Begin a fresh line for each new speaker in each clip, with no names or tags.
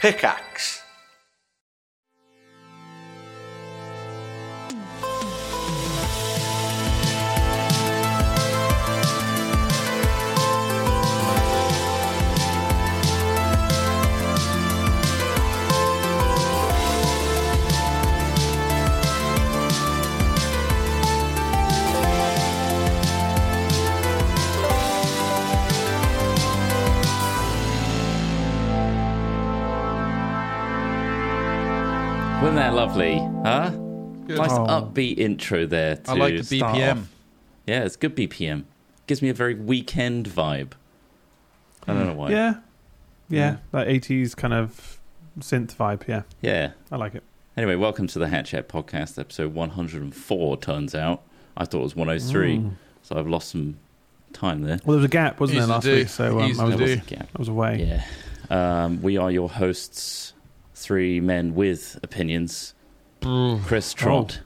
Pickaxe
Wasn't that lovely? Huh?
Good.
Nice
Oh.
upbeat intro there. To
I like the
start
BPM.
off. Yeah, it's good BPM. Gives me a very weekend vibe. I don't know why.
Yeah. Yeah. That 80s kind of synth vibe. Yeah.
Yeah.
I like it.
Anyway, welcome to the Hatchet Podcast, episode 104. Turns out I thought it was 103,
Mm.
so I've lost some time there.
Well, there was a gap, wasn't
Easy
there,
to
last
do.
week? So um,
Easy
I, was,
to
There was
do.
a gap.
I was away.
Yeah. Um, we are your hosts, three men with opinions.
Mm.
Chris Trott.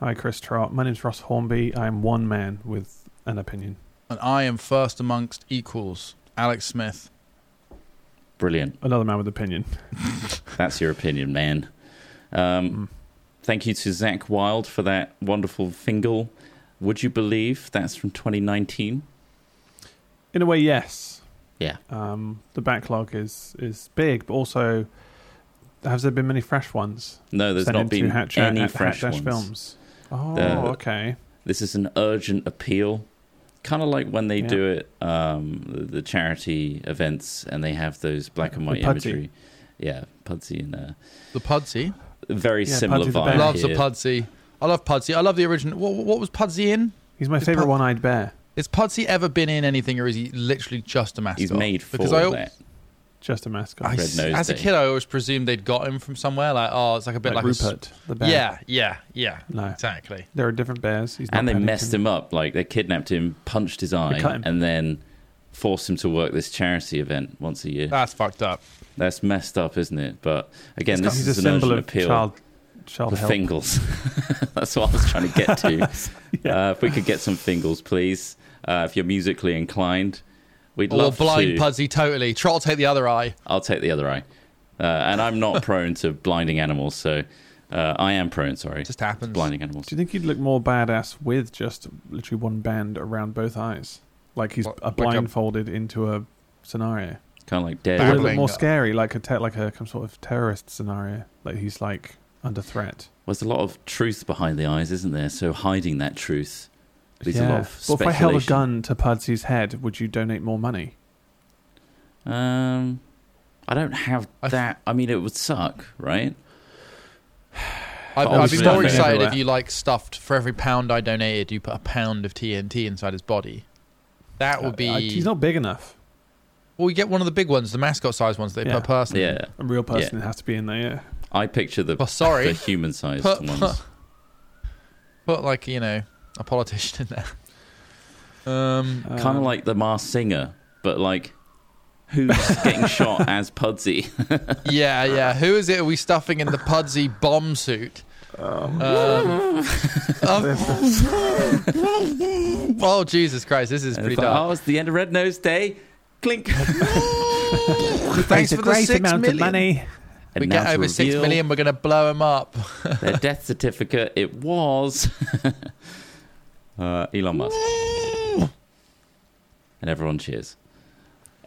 Oh.
Hi, Chris Trott. My name's Ross Hornby. I'm one man with an opinion.
And I am first amongst equals. Alex Smith.
Brilliant.
Another man with opinion.
That's your opinion, man.
Mm.
Um, Thank you to Zach Wild for that wonderful fingal. Would you believe that's from 2019?
In a way, yes.
Yeah.
Um, the backlog is is big, but also, has there been many fresh ones?
No, there's
sent
not
into
been
Hatch-
any
at
fresh
Hatch
ones.
films? Oh,
The-
okay.
This is an urgent appeal, kind of like when they
Yeah.
do it, um, the, the charity events, and they have those black and
The
white
Pudsey.
imagery. Yeah, Pudsey and uh,
The Pudsey.
very
Yeah,
similar
Pudsey the
vibe.
bear.
Loves
here.
a Pudsey. I love Pudsey. I love the original. What, what was Pudsey in?
He's my
It's
favorite
Pud-
one-eyed bear.
Is Pudsey ever been in anything, or is he literally just a mascot?
He's made for
because I, al-
that.
Just a mascot.
I
Red
s-
Nose
as a
Day.
kid, I always presumed they'd got him from somewhere. Like, oh, it's like a bit like, a s-
Rupert the bear.
Yeah, yeah, yeah.
No.
Exactly.
There are different bears. He's
And they messed him up. Like they kidnapped him, punched his eye,
cut him.
and then forced him to work this charity event once a year.
That's fucked up.
That's messed up, isn't it? But again, this
He's
is
a
an
symbol
urgent
of
appeal.
child child
the
help.
fingals. That's what I was trying to get to.
Yeah.
uh, if we could get some fingals, please. Uh, if you're musically inclined, we'd
Or
love
blind
to.
Pudsey totally. Try to take the other eye.
I'll take the other eye. Uh, and I'm not prone to blinding animals, so uh, I am prone. Sorry,
Just happens.
blinding animals.
Do you think he'd look more badass with just literally one band around both eyes, like he's
What,
a
like a-
blindfolded into a scenario?
Kind of like
Would it
dead.
Babbling.
look more scary, like a te- like a some sort of terrorist scenario, like he's like under threat?
There's a lot of truth behind the eyes, isn't there? So hiding that truth leaves a lot of
Well, if I held a
speculation.
gun to Pudsey's head, would you donate more money?
Um, I don't have
I f-
that. I mean, it would suck, right?
I'd,
Oh,
I'd
it's
be more
nothing
excited
everywhere.
if you like stuffed for every pound I donated, you put a pound of TNT inside his body. That would be.
Uh, he's not big enough.
well, you get one of the big ones, the mascot size ones. They
Yeah.
put a person. in.
Yeah,
A real person has to be in there. Yeah.
I picture the,
Well, sorry.
the human-sized
Put,
ones.
put, put like you know a politician in there. Um,
kind of
Um,
like the Mars Singer, but like who's getting shot as Pudsey?
yeah, yeah. Who is it? Are we stuffing in the Pudsey bomb suit? Um, um, oh Jesus Christ! This is
And
pretty
it's like,
dark.
oh, it's the end of Red Nose Day. Clink.
Thanks
Raised
for
"Oh, a
the
great
six
amount
million.
of money.
And
we
now
get
to
over six
reveal
million, we're gonna blow him up.
Their death certificate. It was uh, Elon Musk. and everyone cheers.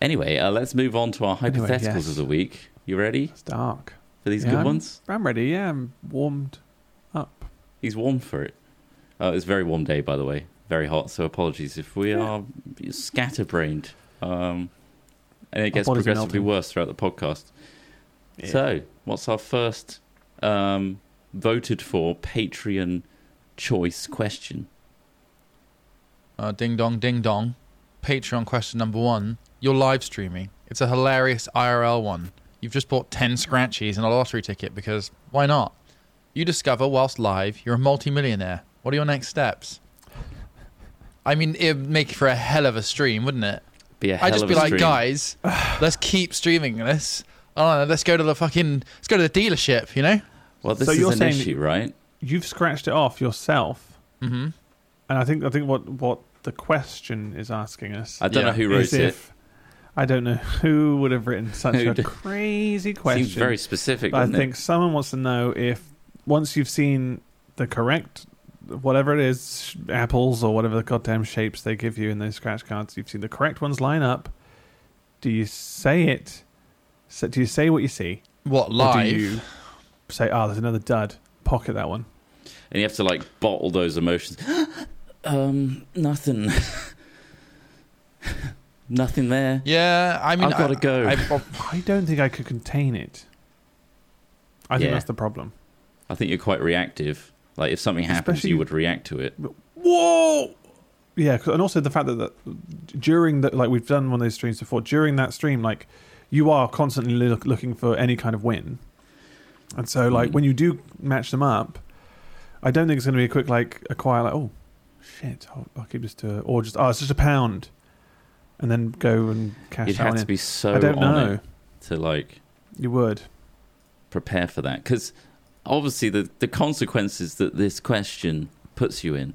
Anyway, uh, let's move on to our hypotheticals
Anyway, yes.
of the week. You ready
It's dark.
for these
Yeah,
good
I'm-
ones?
I'm ready. Yeah, I'm warmed up.
He's warm for it. Uh, it's a very warm day, by the way. Very hot, so apologies if we are scatterbrained. Um, and it gets
body's
progressively
melting.
worse throughout the podcast. So, what's our first um, voted for Patreon choice question?
Uh, ding dong, ding dong. Patreon question number one. You're live streaming. It's a hilarious IRL one. You've just bought 10 scratchies and a lottery ticket because why not? You discover whilst live you're a multimillionaire. What are your next steps? I mean, it'd make for a hell of a stream, wouldn't it?
Be a hell
I'd just
of
be
a
like,
stream.
guys, let's keep streaming this. Oh, let's go to the fucking, let's go to the dealership, you know?
Well, this
So
is
you're
an
saying that-
issue, right?
You've scratched it off yourself,
Mhm.
and I think I think what what the question is asking us.
I don't
Yeah.
know who wrote
is
it.
if- I don't know who would have written such
Who
a
did-
crazy
Seems
question.
very specific.
But I
doesn't it?
think someone wants to know if once you've seen the correct, whatever it is, sh- apples or whatever the goddamn shapes they give you in those scratch cards, you've seen the correct ones line up. Do you say it? So, do you say what you see?
What
Or do
live?
you say, "Oh, there's another dud." Pocket that one.
and you have to like bottle those emotions. um, nothing, nothing there.
Yeah, I mean,
I've gotta
I-
go.
I-
I don't think I could contain it. I think
Yeah.
that's the problem.
I think you're quite reactive. Like if something happens,
Especially-
you would react to it.
Whoa! Yeah, 'cause- and also the fact that, that during the like we've done one of those streams before. During that stream, like you are constantly look, looking for any kind of win, and so like
Mm.
when you do match them up, I don't think it's going to be a quick like a quiet like oh shit I'll, I'll keep this to or just oh it's just a pound, and then go and cash
You'd
that
have
one
to
in.
be so
I don't
on
know.
it to like
You would.
prepare for that because obviously the the consequences that this question puts you in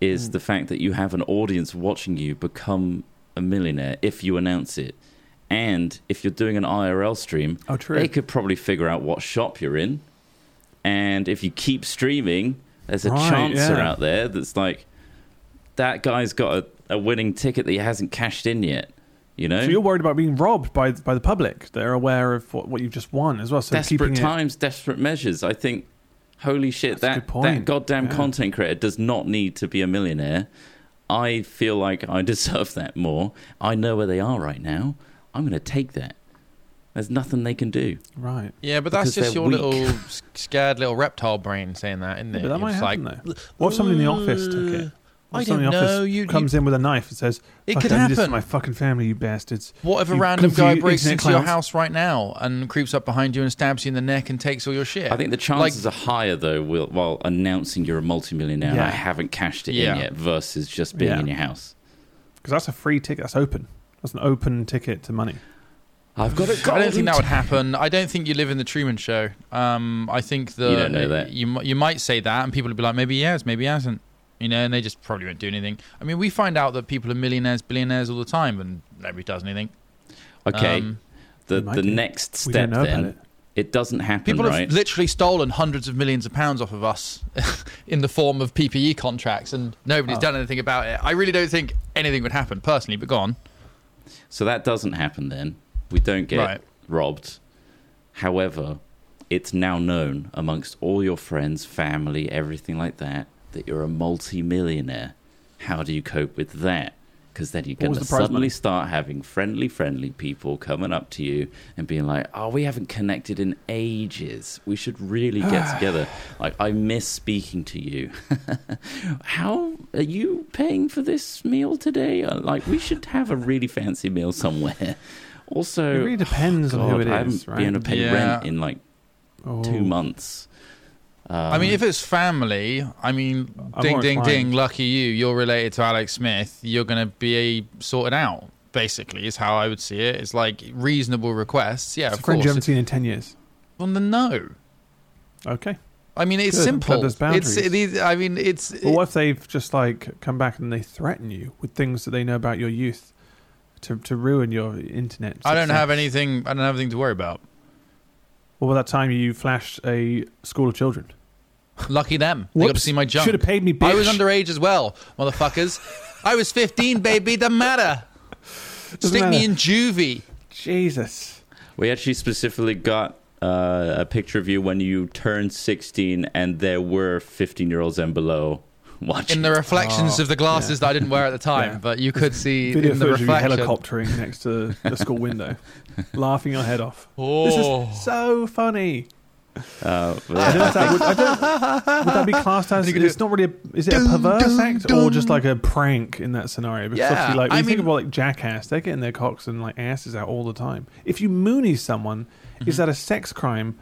is
Mm.
the fact that you have an audience watching you become a millionaire if you announce it, and if you're doing an IRL stream,
Oh, true.
They could probably figure out what shop you're in. And if you keep streaming, there's a
Right,
chancer
yeah.
out there that's like, that guy's got a, a winning ticket that he hasn't cashed in yet. You know?
So you're worried about being robbed by by the public. They're aware of what, what you've just won as well. So
desperate
keeping it-
times, desperate measures. I think, holy shit,
That's a good
that, that
point.
goddamn
Yeah.
content creator does not need to be a millionaire. I feel like I deserve that more. I know where they are right now. I'm going to take that. There's nothing they can do.
right.
yeah, but that's
Because
just
they're
your
weak.
little s- scared little reptile brain saying that, isn't
Yeah,
it?
but that
You're
might
just
happen
like,
though. What if somebody in the office took it? What
I
if somebody
don't
in the office
know. You, you
comes in with a knife and says,
it
"Fuck,
could
I did This to
happen.
my fucking family, you bastards."
What if a
you
random guy
confuse
breaks
internet
into your
clowns.
house right now and creeps up behind you and stabs you in the neck and takes all your shit?
I think the chances are higher though while, while announcing you're a multimillionaire and
Yeah.
I haven't cashed it
Yeah.
in yet versus just being
Yeah.
in your house.
Because that's a free ticket. That's open. That's an open ticket to money.
I've got it.
I don't think that would happen. I don't think you live in the Truman Show. Um, I think the
You don't know that.
You, mi- you might say that, and people would be like, maybe he has, maybe he hasn't. You know, and they just probably won't do anything. I mean, we find out that people are millionaires, billionaires all the time, and nobody does anything.
Okay.
Um,
the
We might
the
do.
next
We
step
don't know
then
about
it.
it.
doesn't happen
people
right.
have literally stolen hundreds of millions of pounds off of us in the form of PPE contracts, and nobody's
Oh.
done anything about it. I really don't think anything would happen personally, but go on.
so that doesn't happen then. We don't get
Right.
robbed. However, it's now known amongst all your friends, family, everything like that that you're a multimillionaire. How do you cope with that? Because then you're
What
going
was
to
the prize
suddenly
money?
start having friendly, friendly people coming up to you and being like, "Oh, we haven't connected in ages. We should really get together. Like, I miss speaking to you. How are you paying for this meal today? Uh, Like, we should have a really fancy meal somewhere. Also,
It really depends
Oh,
on who
God,
it
I haven't
is, right?
been able to pay
Yeah.
rent in like
Oh.
two months. Um,
I mean, if it's family, I mean,
I'm
ding,
more
ding, ding,
inclined.
lucky you, you're related to Alex Smith, you're going to be sorted out, basically, is how I would see it. It's like reasonable requests. Yeah,
It's a
of
friend you haven't
course.
seen in ten years.
Well, then no.
Okay.
I mean, it's
Good, I'm glad
simple.
there's
It's,
boundaries.
it is, I mean, it's.
But what if they've just like come back and they threaten you with things that they know about your youth to to ruin your internet?
I don't have
success?
anything. I don't have anything to worry about.
What about that time you flashed a school of children?
Lucky them. They got to
Whoops.
see my junk.
Should have paid me. Bitch.
I was underage as well, motherfuckers. I was 15, baby. Doesn't matter.
Doesn't
Stick me
matter.
in juvie.
Jesus.
we actually specifically got uh, a picture of you when you turned 16 and there were 15 year olds and below watching.
in the reflections
Oh,
of the glasses that
yeah.
I didn't wear at the time,
Yeah.
but you could see
Video
in the
footage of you
reflection.
helicoptering next to the school window, laughing your head off.
Oh,
This is so funny.
uh, but
I
yeah.
don't know if that would, I don't, would that be classed as?
You could do-
It's not really. A, is it a
Dun,
perverse
dun,
act or
dun.
just like a prank in that scenario? Because
Yeah,
obviously, like when
I
you think
mean-
about like jackass, they're getting their cocks and like asses out all the time. If you moony someone, is that a sex crime?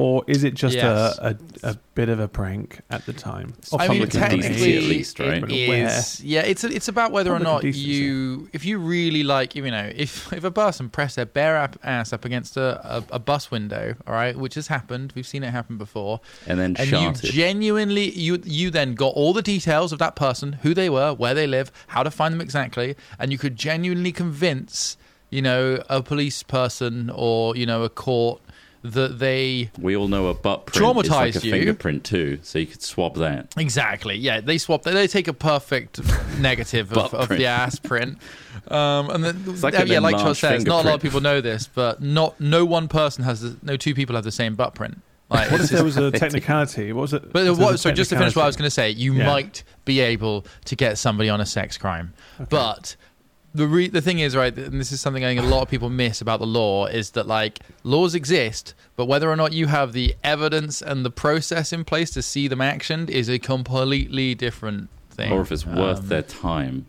Or is it just
Mm-hmm. Yes.
a, a, a bit of a prank at the time? Or
I mean,
public
public
indecency
technically,
at least, right?
it is. Yeah, it's it's about whether or
Public
not
indecency.
you, if you really like, you know, if if a person pressed their bare up, ass up against a, a, a bus window, all right, which has happened, we've seen it happen before,
and then
and
shanted.
you genuinely you you then got all the details of that person, who they were, where they live, how to find them exactly, and you could genuinely convince you know, a police person or, you know, a court that they
We all know a butt print is like
Traumatise
a
you.
fingerprint too, so you could swab that.
Exactly. Yeah, they swap. They, they take a perfect negative
Butt
of, of
print.
the ass print, um, and then
like
yeah,
an
yeah, like Charles
enlarged
says, not a lot
fingerprint.
of people know this, but not no one person has the, no two people have the same butt print. Like,
What if
it's
there
just-
was a technicality? What was it?
but
was there a
what, so just to finish what I was
technicality?
going to say, you
Yeah.
might be able to get somebody on a sex crime, but the re- the thing is right, and this is something I think a lot of people miss about the law is that like laws exist, but whether or not you have the evidence and the process in place to see them actioned is a completely different thing.
Or if it's worth
Um,
their time.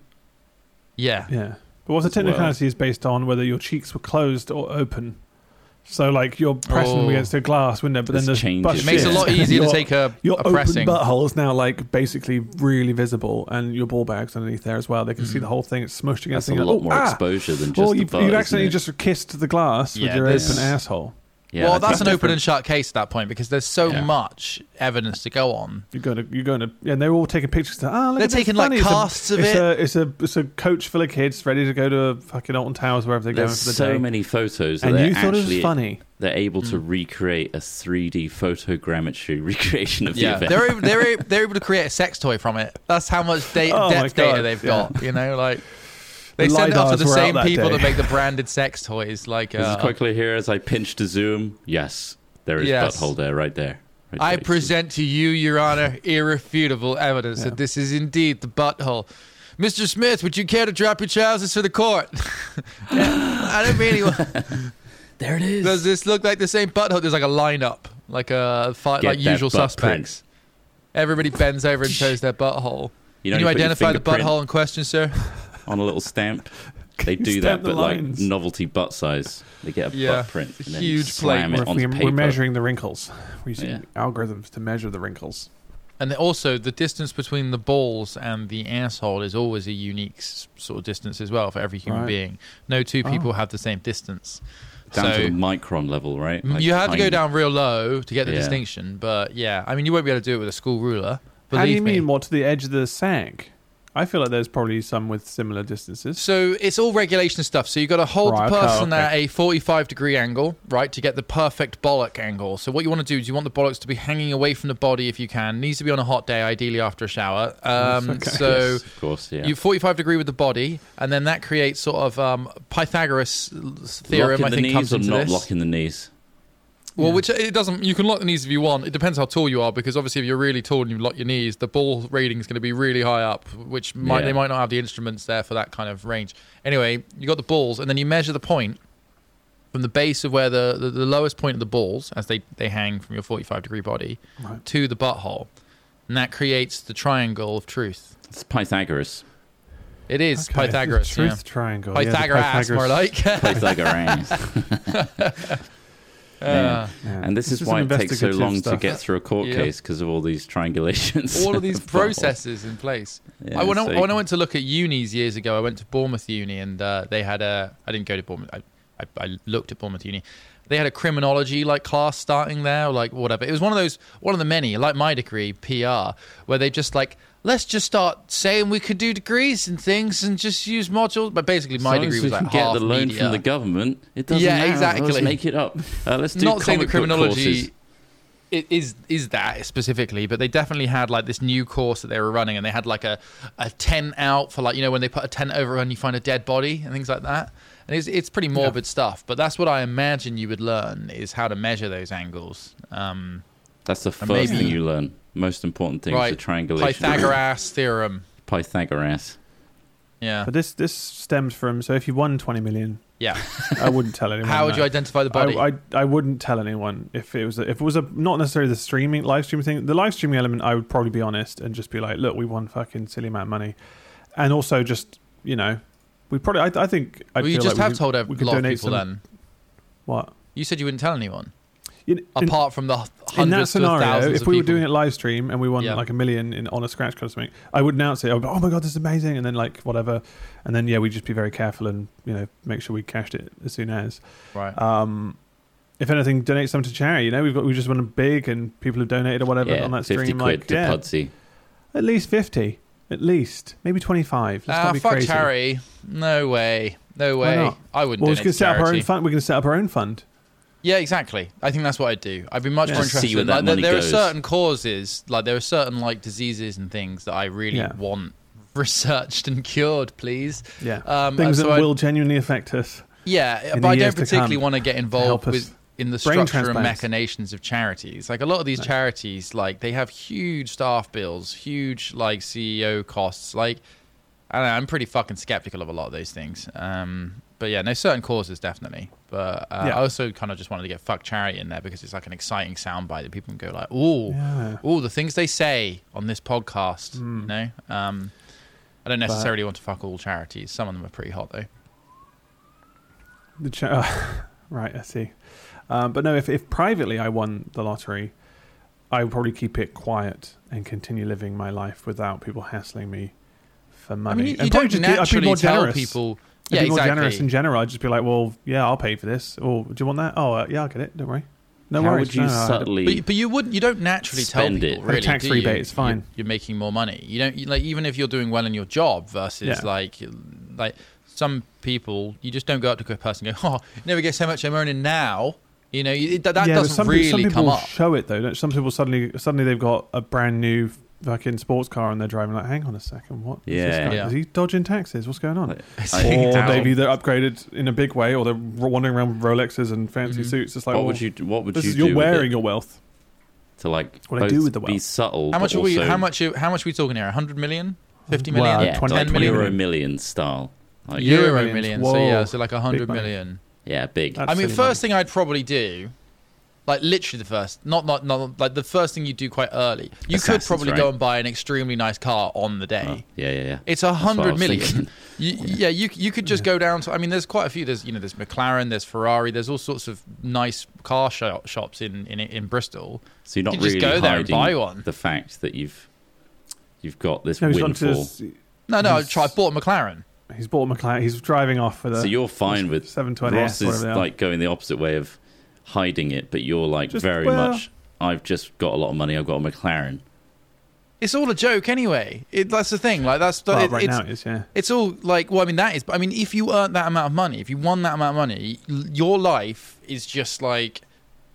Yeah.
Yeah. But what the
as well.
technicality is based on whether your cheeks were closed or open. So like you're pressing
Oh.
against a glass window, but
This
then the
changes
butt
it.
It makes it a
shifts
lot
and
easier to
your-
take a,
Your
a
open
pressing.
butthole is now like basically really visible, and your ball bag's underneath there as well. They can see
Mhm.
the whole thing. It's smushed against.
That's a
the-
lot
oh,
more
ah!
exposure than just
Well,
the
you've,
butt.
you've
isn't
actually
it?
just kissed the glass
Yeah,
with your
this-
open asshole.
Yeah,
well,
I
that's an
think
open and shut case at that point because there's so
Yeah.
much evidence to go on.
You're going to, you're going to, yeah, and they're all taking pictures. To, ah, look
They're
at this,
taking, like,
funny. It's a-
casts of
it's
it.
A, it's a it's a coach full of kids ready to go to fucking Alton Towers wherever they're
There's
going for the
so
day.
many photos that
and
they're
you thought it
actually
was funny.
they're able to
Mm.
recreate a 3D photogrammetry recreation of
yeah,
the event.
they're able, they're able, they're able to create a sex toy from it. That's how much da-
Oh my
depth
God,
data they've
yeah.
got. You know, like they
The
send it off to the
lidars were out
same
that
people
day.
that make the branded sex toys. Like,
This
uh,
is quickly here as I pinch to zoom. Yes, there is
Yes.
butthole there, right there. Right
I
there.
present to you, Your Honor, irrefutable evidence
Yeah.
that this is indeed the butthole. Mr. Smith, would you care to drop your trousers for the court? Yeah, I don't mean anyone.
There it is.
Does this look like the same butthole? There's like a lineup, like a fight,
Get
like
that
usual
butt print.
suspects. Everybody bends over and shows their butthole. Can you
put your
identify the
fingerprint
butthole in question, sir?
on a little stamp. They
You
do
stamp
that,
the
but like
lines.
novelty butt size. They get a
Yeah.
butt print and then
Huge
slam
plate.
it
We're,
onto
we're
paper.
measuring the wrinkles. We're using
Yeah.
algorithms to measure the wrinkles.
And then also, the distance between the balls and the asshole is always a unique s- sort of distance as well for every human
Right.
being. No two
Oh.
people have the same distance.
down
so
to the micron level, right?
m-
Like
you have to go
tiny.
down real low to get the
Yeah.
distinction. But yeah, I mean, you won't be able to do it with a school ruler. Believe
How do you
me.
mean? What to the edge of the sack? I feel like there's probably some with similar distances.
So it's all regulation stuff. So you've got to hold
Right,
the
okay,
person
okay.
at a 45 degree angle, right, to get the perfect bollock angle. So what you want to do is you want the bollocks to be hanging away from the body if you can. Needs to be on a hot day, ideally after a shower. Um,
Okay.
So
yes, of course, yeah.
you 45 degree with the body, and then that creates sort of um, Pythagoras l- theorem.
locking
I
the
think
knees
comes
or
into
not
this.
locking the knees.
Well,
Yeah.
which it doesn't. You can lock the knees if you want. It depends how tall you are, because obviously if you're really tall and you lock your knees, the ball rating is going to be really high up, which might
Yeah.
they might not have the instruments there for that kind of range. Anyway, you got the balls, and then you measure the point from the base of where the the, the lowest point of the balls, as they they hang from your 45 degree body,
Right.
to the butthole, and that creates the triangle of truth.
It's Pythagoras.
It is
Okay.
Pythagoras.
Truth
yeah.
triangle.
Oh,
Yeah, the
Pythagoras, more like.
Pythagoras.
Uh,
Yeah.
and this is
is
why
an
it takes so
investigative
long to
stuff.
get through a court
Yeah.
case because of all these triangulations.
all of these
Buttholes.
processes in place.
Yeah,
I, when,
so
I,
you
when I
can-
went to look at unis years ago, I went to Bournemouth Uni and uh, they had a. I didn't go to Bournemouth. I, I, I looked at Bournemouth Uni. They had a criminology like class starting there, or like whatever. It was one of those, one of the many, like my degree PR, where they just like let's just start saying we could do degrees and things and just use modules. But basically,
As
my
long as
degree
we
was
can
like
get
half
the loan
media.
from the government. It doesn't
Yeah,
matter.
exactly.
Let's make it up. Uh, let's do
not saying the
comic book
criminology
courses.
i- is is that specifically, but they definitely had like this new course that they were running, and they had like a, a tent out for like you know when they put a tent over and you find a dead body and things like that. And it's it's pretty morbid stuff, but that's what I imagine you would learn is how to measure those angles. Um,
That's the
And
first
maybe-
thing you learn. Most important thing is the
Right.
triangulation.
Pythagoras theorem.
Pythagoras.
Yeah,
But this this stems from so if you won twenty million,
yeah.
I wouldn't tell anyone.
How would
that.
you identify the body?
I, I I wouldn't tell anyone if it was a, if it was a not necessarily the streaming live streaming thing. The live streaming element, I would probably be honest and just be like, look, we won fucking silly amount of money, and also just you know, we probably I, I think I
well, you just have told a
we could
lot of
donate
people
some-
then.
what
You said you wouldn't tell anyone
in, in,
apart from the h-
in that
hundreds to
scenario,
thousands
if
of
we were
people.
doing it live stream and we won
Yeah.
like a million in on a scratch card or something, I would announce it. I would be, oh my god, this is amazing, and then like whatever, and then yeah, we'd just be very careful and you know make sure we cashed it as soon as.
right?
um, if anything, donate some to charity. You know, we've got we just won a big, and people have donated or whatever
Yeah,
on that
50
stream.
quid
Like,
to
yeah,
Pudsey.
at least fifty, at least maybe twenty-five. Let's
Ah,
not be
fuck
crazy.
Harry. No way. No
Why
way.
not?
I wouldn't.
Well, we
donate
can
to
set up our own
charity.
fund. We can set up our own fund.
Yeah, exactly. I think that's what I'd do. I'd be much
Yeah.
more
Just see
interested.
where that
like, there-
money
there
goes.
are certain causes, like there are certain like diseases and things that I really
Yeah.
want researched and cured, please.
Yeah,
Um,
things
so
that
I-
will genuinely affect us.
Yeah,
in
but
the
I
years
don't
to
particularly
come
want to get involved
help us.
with in the
Brain
structure and
transplants.
machinations of charities. Like a lot of these charities, like they have huge staff bills, huge like CEO costs. Like I don't know, I'm pretty fucking skeptical of a lot of those things. Um, but yeah, no certain causes definitely. But uh,
Yeah.
I also kind of just wanted to get fuck charity in there because it's like an exciting soundbite that people can go like, oh,
Yeah. Mm.
oh, the things they say on this podcast. You know, um, I don't
But-
necessarily want to fuck all charities. Some of them are pretty hot though.
The cha- right, I see. Um, but no, if, if privately I won the lottery, I would probably keep it quiet and continue living my life without people hassling me for money.
I mean, you,
And
you
probably
don't
just do- I'd be
naturally
more
tell
generous.
people.
I'd
Yeah,
be more
exactly.
generous in general. I'd just be like, well, yeah, I'll pay for this. Or do you want that? Oh, uh, yeah, I'll get it. Don't worry. No
How
worries.
would you
No, no, I-
subtly?
but, but you wouldn't. You don't naturally tell
Spend
people.
it.
Like a
Really,
tax
do you?
rebate, it's
You-
fine.
You're making more money. You don't you, like even if you're doing well in your job versus
Yeah.
like like some people. You just don't go up to a person and go, "Oh, you never guess how much I'm earning now." You know you, that, that
yeah, but
doesn't
some, pe-
really
some people
come up.
show it though. Don't, some people suddenly suddenly they've got a brand new fucking sports car and they're driving like, hang on a second, what? is this
Yeah.
guy-
Yeah.
Is he dodging taxes? What's going on?
Like,
I-
I-
or
Ow.
they've either upgraded in a big way or they're wandering around with Rolexes and fancy
Mhm.
suits. It's like,
what
well,
would you? What would
this
you
is,
do?
you're
with it?
wearing your wealth.
to like
What I
both
do with the
be
wealth.
subtle.
How much
but
are we?
also-
How much? Are, how much are we talking here? Hundred million? Fifty
Well,
million?
Uh,
Yeah,
20
like
million.
Euro million style. Like,
Yeah.
Euro
millions.
million. So
Whoa.
yeah, so like a hundred
money.
million.
yeah, big.
That's
I mean,
silly
first thing I'd probably do, like literally the first, not not not like the first thing you do quite early. You
Assassins,
could probably
right?
go and buy an extremely nice car on the day.
Oh, yeah, yeah, yeah.
It's
That's
a
what I
hundred
was
million.
thinking.
You, yeah, you you could just go down to. I mean, there's quite a few. There's you know, there's McLaren, there's Ferrari, there's all sorts of nice car sho- shops in in, in Bristol.
So you're not
You
really
just go there and
hiding
buy one.
the fact that you've you've got this
money. No, he's gone to.
windfall.
his-
No, no, I
Yes.
tried. I bought a McLaren.
He's bought a McLaren. He's driving off with a.
So you're fine with Ross
720S,
is
whatever they are.
like going the opposite way of hiding it, but you're like
Just-
very
well-
much. I've just got a lot of money. I've got a McLaren.
It's all a joke anyway. It, that's the thing. Like that's
Well,
it-
right
it's,
now it is, yeah.
It's all like, well, I mean, that is, but I mean, if you earn that amount of money, if you won that amount of money, l- your life is just like,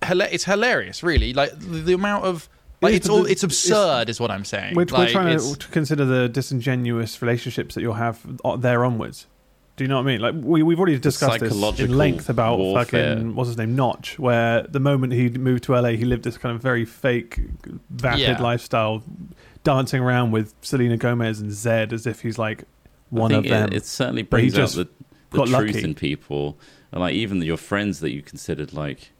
hila- it's hilarious, really. Like the, the amount of,
It
like,
is,
it's
but
all,
the-
it's absurd, is what I'm saying.
Which
like,
we're trying
it's-
to, to consider the disingenuous relationships that you'll have o- there onwards. Do you know what I mean? Like we we've already discussed this in
psychological
length about
warfare.
fucking what's his name Notch, where the moment he moved to LA, he lived this kind of very fake, vapid
Yeah.
lifestyle, dancing around with Selena Gomez and Zed as if he's like one
I
of
think
them.
It, it certainly
But he
brings out
just
the, the
got
truth
lucky.
in people, and like even your friends that you considered like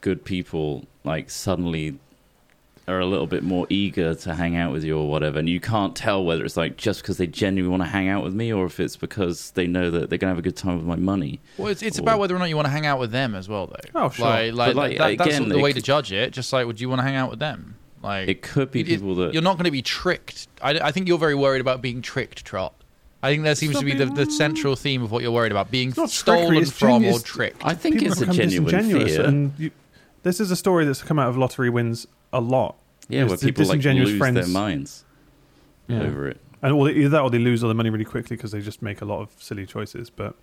good people, like suddenly are a little bit more eager to hang out with you or whatever, and you can't tell whether it's like just because they genuinely want to hang out with me or if it's because they know that they're gonna have a good time with my money.
well, it's, it's
or-
about whether or not you want to hang out with them as well, though.
Oh, sure.
Like, like,
But, like,
that, that's
again,
the
it
way
could-
to judge it. Just like, would you want to hang out with them? Like,
It could be
it-
people that
you're not going to be tricked. I, I think you're very worried about being tricked, Trot. I think that seems
not
to be the,
being-
the central theme of what you're worried about: being
not trickery,
stolen
it's
from or
genius.
tricked.
I think
People
it's a
become
genuine
disingenuous,
fear.
and you, this is a story that's come out of lottery wins a lot.
yeah,
it's
where
the
people like
disingenuous
lose their
friends.
minds
Yeah.
over it.
And or either that, or they lose all their money really quickly because they just make a lot of silly choices. But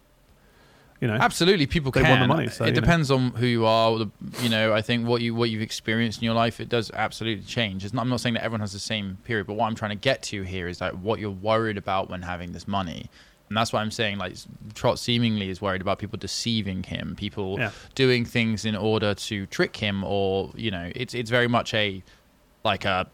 you know,
Absolutely, people
They
can.
won the money, so,
it
you know.
depends on who you are. The, you know, I think what you what you've experienced in your life it does absolutely change. It's not, I'm not saying that everyone has the same period, but what I'm trying to get to here is like what you're worried about when having this money, and that's why I'm saying like Trot seemingly is worried about people deceiving him, people
Yeah.
doing things in order to trick him, or you know, it's it's very much a like a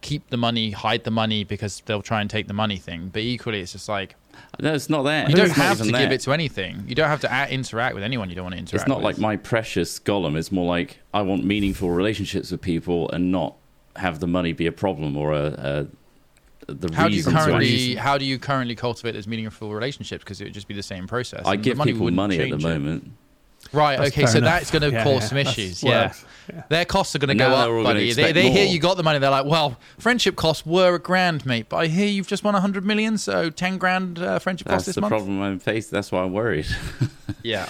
keep the money, hide the money because they'll try and take the money thing. But equally, it's just like
No, it's not there.
you
It's
don't
not
have
even
to give
there.
it to anything. You don't have to a- interact with anyone you don't want to interact.
it's not
with.
like my precious golem. It's more like I want meaningful relationships with people and not have the money be a problem or a, a the
How do you
reason.
currently
to
how do you currently cultivate those meaningful relationships? Because it would just be the same process.
I
and the
give
money
people
wouldn't
money at the
change it.
moment.
Right.
That's
okay.
fair
So
enough.
that's going to
Yeah,
cause
yeah,
some
that's
issues. Yeah.
works. Yeah.
Their costs are going to
Now
go
they're all
up,
gonna
buddy. They,
expect
they hear
more.
you got the money. They're like, well, friendship costs were a grand, mate. But I hear you've just won a hundred million, so ten grand uh, friendship
That's
costs this
the
month.
problem I'm faced. That's why I'm worried.
Yeah.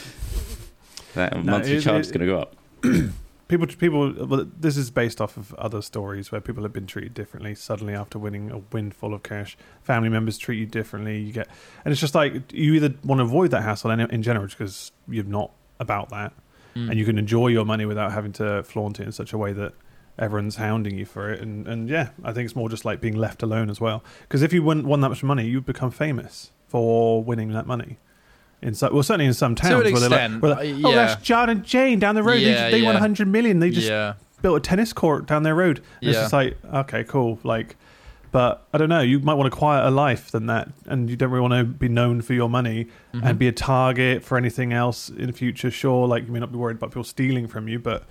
that
No,
monthly
it-
charge is
it-
going to go up.
people people well, this is based off of other stories where people have been treated differently suddenly after winning a windfall of cash family members treat you differently you get and it's just like you either want to avoid that hassle in, in general because you're not about that
Mm.
and you can enjoy your money without having to flaunt it in such a way that everyone's hounding you for it and and yeah i think it's more just like being left alone as well because if you wouldn't won that much money you'd become famous for winning that money in so, well certainly in some
an
towns where they're like,
extent,
where they're like,
uh,
oh
yeah.
that's john and jane down the road they,
Yeah,
they won
yeah.
100 million they just
yeah.
built a tennis court down their road. And It's
Yeah.
just like, okay, cool. Like, but I don't know. You might want a quieter life than that, and you don't really want to be known for your money
Mm-hmm.
and be a target for anything else in the future. Sure, like you may not be worried about people stealing from you, but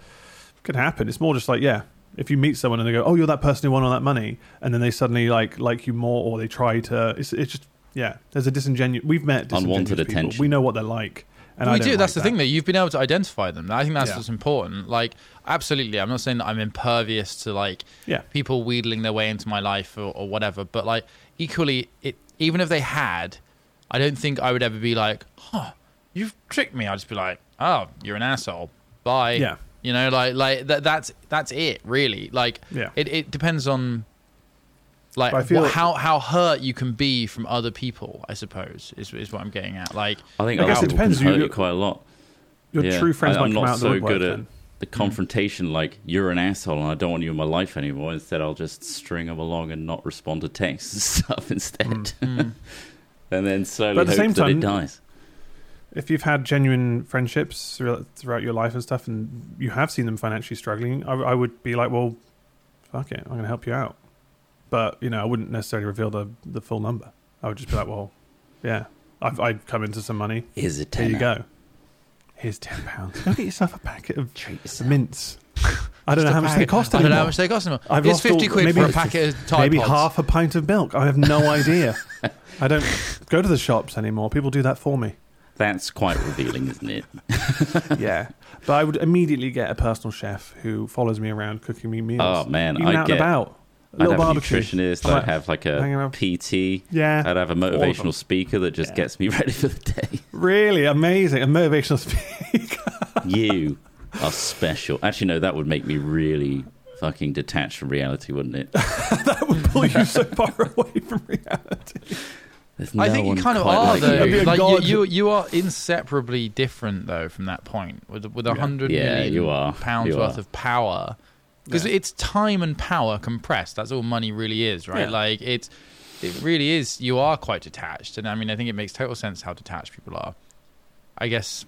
it could happen. It's more just like, yeah, if you meet someone and they go, "Oh, you're that person who won all that money," and then they suddenly like like you more, or they try to. It's it's just yeah. There's a disingenuous. We've met disingenuous
Unwanted
people.
attention.
We know what they're like. And
we
I
do.
don't like
that's the
that.
thing, though. You've been able to identify them. I think that's
Yeah.
what's important. Like, absolutely. I'm not saying that I'm impervious to like
Yeah.
people wheedling their way into my life or, or whatever. But like, equally, it even if they had, I don't think I would ever be like, "Huh, you've tricked me." I'd just be like, "Oh, you're an asshole." Bye.
Yeah.
You know, like, like that. That's that's it, really. Like,
Yeah.
It it depends on. Like
But I feel-
wha- how how hurt you can be from other people, I suppose is is what I'm getting at. Like,
I think
I
a
guess
lot of
it
people
depends.
can
You-
hurt
you-
you quite a lot.
Your
Yeah.
true friends
I,
might
I'm
come
not
out of the
so
woodwork
good at
then.
the confrontation. Like you're an asshole, and I don't want you in my life anymore. Instead, I'll just string them along and not respond to texts and stuff instead,
hmm.
and then slowly
Mm. But at
hope
the same
that
time-
it dies.
if you've had genuine friendships throughout throughout your life and stuff, and you have seen them financially struggling, I, I would be like, well, fuck it, I'm going to help you out. But you know, I wouldn't necessarily reveal the the full number. I would just be like, well, yeah, I've I've come into some money.
Is it?
Here you go. Here's ten pounds. Go get yourself a packet of
Treat yourself.
mints. I don't know
Just
how
a
much they
packet.
cost
I
anymore.
don't know how much they cost anymore.
I've
it's
lost all-
fifty quid
maybe
for a
it's-
packet of Tide
Maybe
Pods.
half a pint of milk. I have no idea. I don't go to the shops anymore. People do that for me.
That's quite revealing, isn't it?
yeah. But I would immediately get a personal chef who follows me around cooking me meals.
Oh, man,
Even
I'd
out
get-
and about. A
I'd
little
have
barbecue.
a nutritionist.
I'm
I'd
like,
have like
hanging
a
around.
PT.
Yeah.
I'd have a
of them.
motivational speaker that just
Yeah.
gets me ready for the day.
Really amazing. A motivational speaker.
you are special. Actually, no, that would make me really fucking detached from reality, wouldn't it?
that would pull you so far away from reality.
There's
I
no
think you
one
kind of
quite
are
like
though.
I'd be
you.
a
Like you,
god.
you, you are inseparably different though from that point with with a
Yeah.
hundred
Yeah,
million
you are.
pounds
You
worth
are.
of power. Because
Yeah.
it's time and power compressed. That's all money really is, right?
Yeah.
Like it's it really is. You are quite detached, and I mean, I think it makes total sense how detached people are. I guess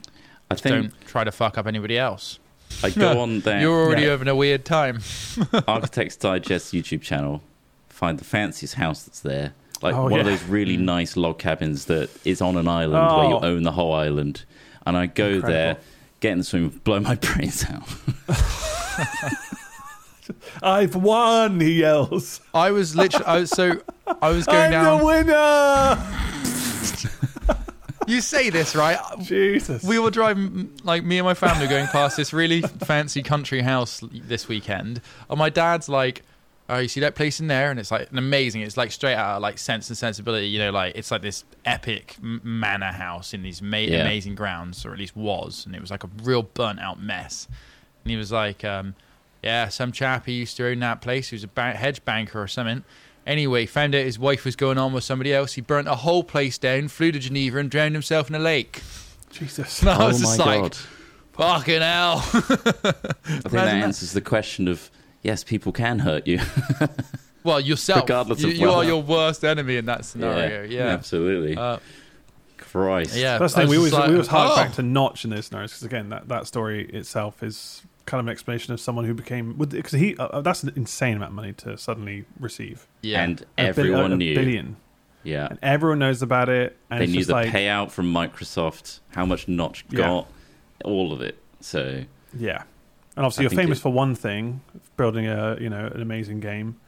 I think
don't try to fuck up anybody else.
I go on there.
You're already
Yeah.
having a weird time.
Architects Digest YouTube channel, find the fanciest house that's there. Like
Oh,
one of
yeah.
those really nice log cabins that is on an island where you
Oh.
own the whole island. And I go
Incredible.
there, get in the swimming, pool, blow my brains out.
I've won, he yells.
I was literally. I was, so I was going
I'm
down.
the winner.
you say this right?
Jesus.
we were driving like me and my family were going past this really fancy country house this weekend and my dad's like oh you see that place in there and it's like an amazing it's like straight out of like sense and sensibility you know like it's like this epic m- manor house in these ma-
Yeah.
amazing grounds or at least was and it was like a real burnt out mess and he was like um, yeah some chap who used to own that place he was a ba- hedge banker or something Anyway, found out his wife was going on with somebody else. He burnt a whole place down, flew to Geneva, and drowned himself in a lake.
Jesus.
And I
oh
was
my
just like,
god!
Fucking hell.
I think that
imagine that.
answers the question of yes, people can hurt you.
Well, yourself.
Regardless
you,
of
you are
whether-
your worst enemy in that scenario. Yeah.
absolutely.
Yeah. Uh,
Christ.
yeah.
That's
I
the thing.
was
We always,
just like,
we always hark
oh.
back to Notch in those scenarios because again, that, that story itself is kind of an explanation of someone who became because he uh, that's an insane amount of money to suddenly receive.
Yeah.
And
A bil-
everyone
a,
knew.
billion,
Yeah.
and everyone knows about it. And
they
it's
knew
just
the
like,
payout from Microsoft, how much Notch
Yeah.
got, all of it. So
yeah. And obviously,
I
you're
think
famous
it-
for one thing, building a you know an amazing game,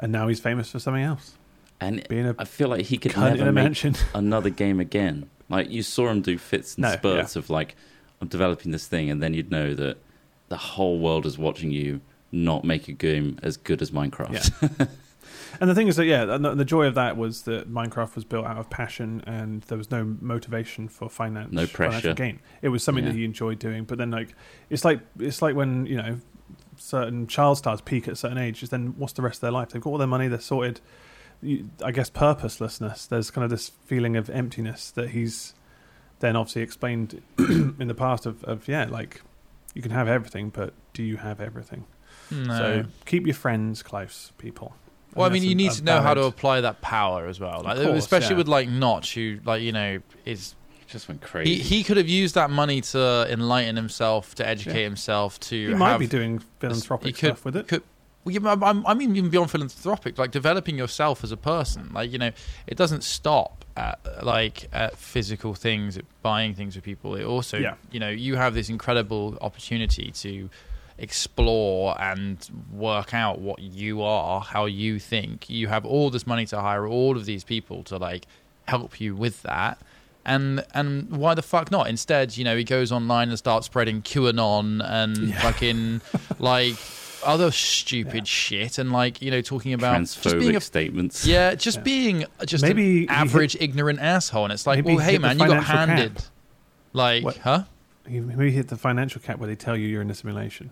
and now he's famous for something else,
and
being a
I feel like he could
cunt in
never
a
make
mansion.
another game again. Like you saw him do fits and
No,
spurts of like, I'm developing this thing, and then you'd know that the whole world is watching you not make a game as good as Minecraft.
And the thing is that yeah, and the, the joy of that was that Minecraft was built out of passion, and there was no motivation for finance,
No pressure.
financial gain. It was something
Yeah.
that he enjoyed doing. But then like, it's like it's like when you know certain child stars peak at a certain age, is then what's the rest of their life? They've got all their money, they're sorted. You, I guess purposelessness. There's kind of this feeling of emptiness that he's then obviously explained in the past of, of yeah, like you can have everything, but do you have everything?
No.
So keep your friends close, people.
Hmm. Well, I
And
mean,
that's
you
a-
need
a
to know how to
valid-
apply that power as well. Like,
course,
especially
yeah.
with like Notch, who like you know is
Just went
he,
crazy.
he could have used that money to enlighten himself, to educate
Yeah.
himself, to
You might
have-
be doing philanthropic
you could-
stuff with it.
could- Well, yeah, but I'm- I mean, even beyond philanthropic, like developing yourself as a person. Like you know, it doesn't stop at like at physical things, at buying things with people. It also,
Yeah.
you know, you have this incredible opportunity to explore and work out what you are, how you think. You have all this money to hire all of these people to like help you with that. And and why the fuck not? Instead, you know, he goes online and starts spreading QAnon and fucking like other stupid shit and like you know talking about just being
Transphobic
a
statements.
yeah, just
Yeah.
being just
Maybe he
an average ignorant asshole, and it's like,
maybe
well,
he
hey
hit the
man, you got
financial cap.
handed. Like,
What?
huh?
You maybe hit the financial cap where they tell you you're in a simulation,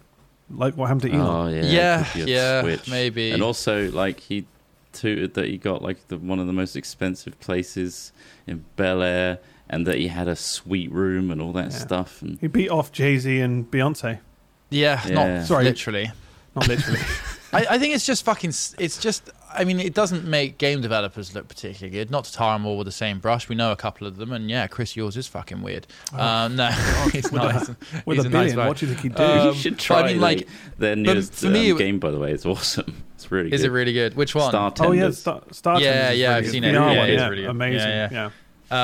like what happened to Elon.
Oh yeah, it
Yeah,
could be a
yeah, maybe.
And also, like he tooted that he got like the one of the most expensive places in Bel Air, and that he had a sweet room and all that
Yeah.
stuff. And
He beat off Jay Z and Beyonce.
Yeah,
Yeah.
not
Sorry.
literally.
Not literally.
I, I think it's just fucking. s- It's just. I mean, it doesn't make game developers look particularly good. Not to tar them all with the same brush. We know a couple of them, and yeah, Chris, yours is fucking weird.
Oh.
Um, no, he's
With a-
nice.
With
He's
a
nice
billion,
guy.
what do you think he'd do?
Uh,
you should
but I
try.
mean,
like,
like,
their
but
newest
for me,
um,
it-
game, by the way, is awesome. It's really
Is
good.
it really good? Which one?
Star
oh yeah,
Tenders.
Star, Star
Yeah,
Tenders is
yeah,
really
I've
good.
seen
The
it.
VR
Yeah,
one,
it is
yeah,
really good.
amazing.
Yeah,
Yeah,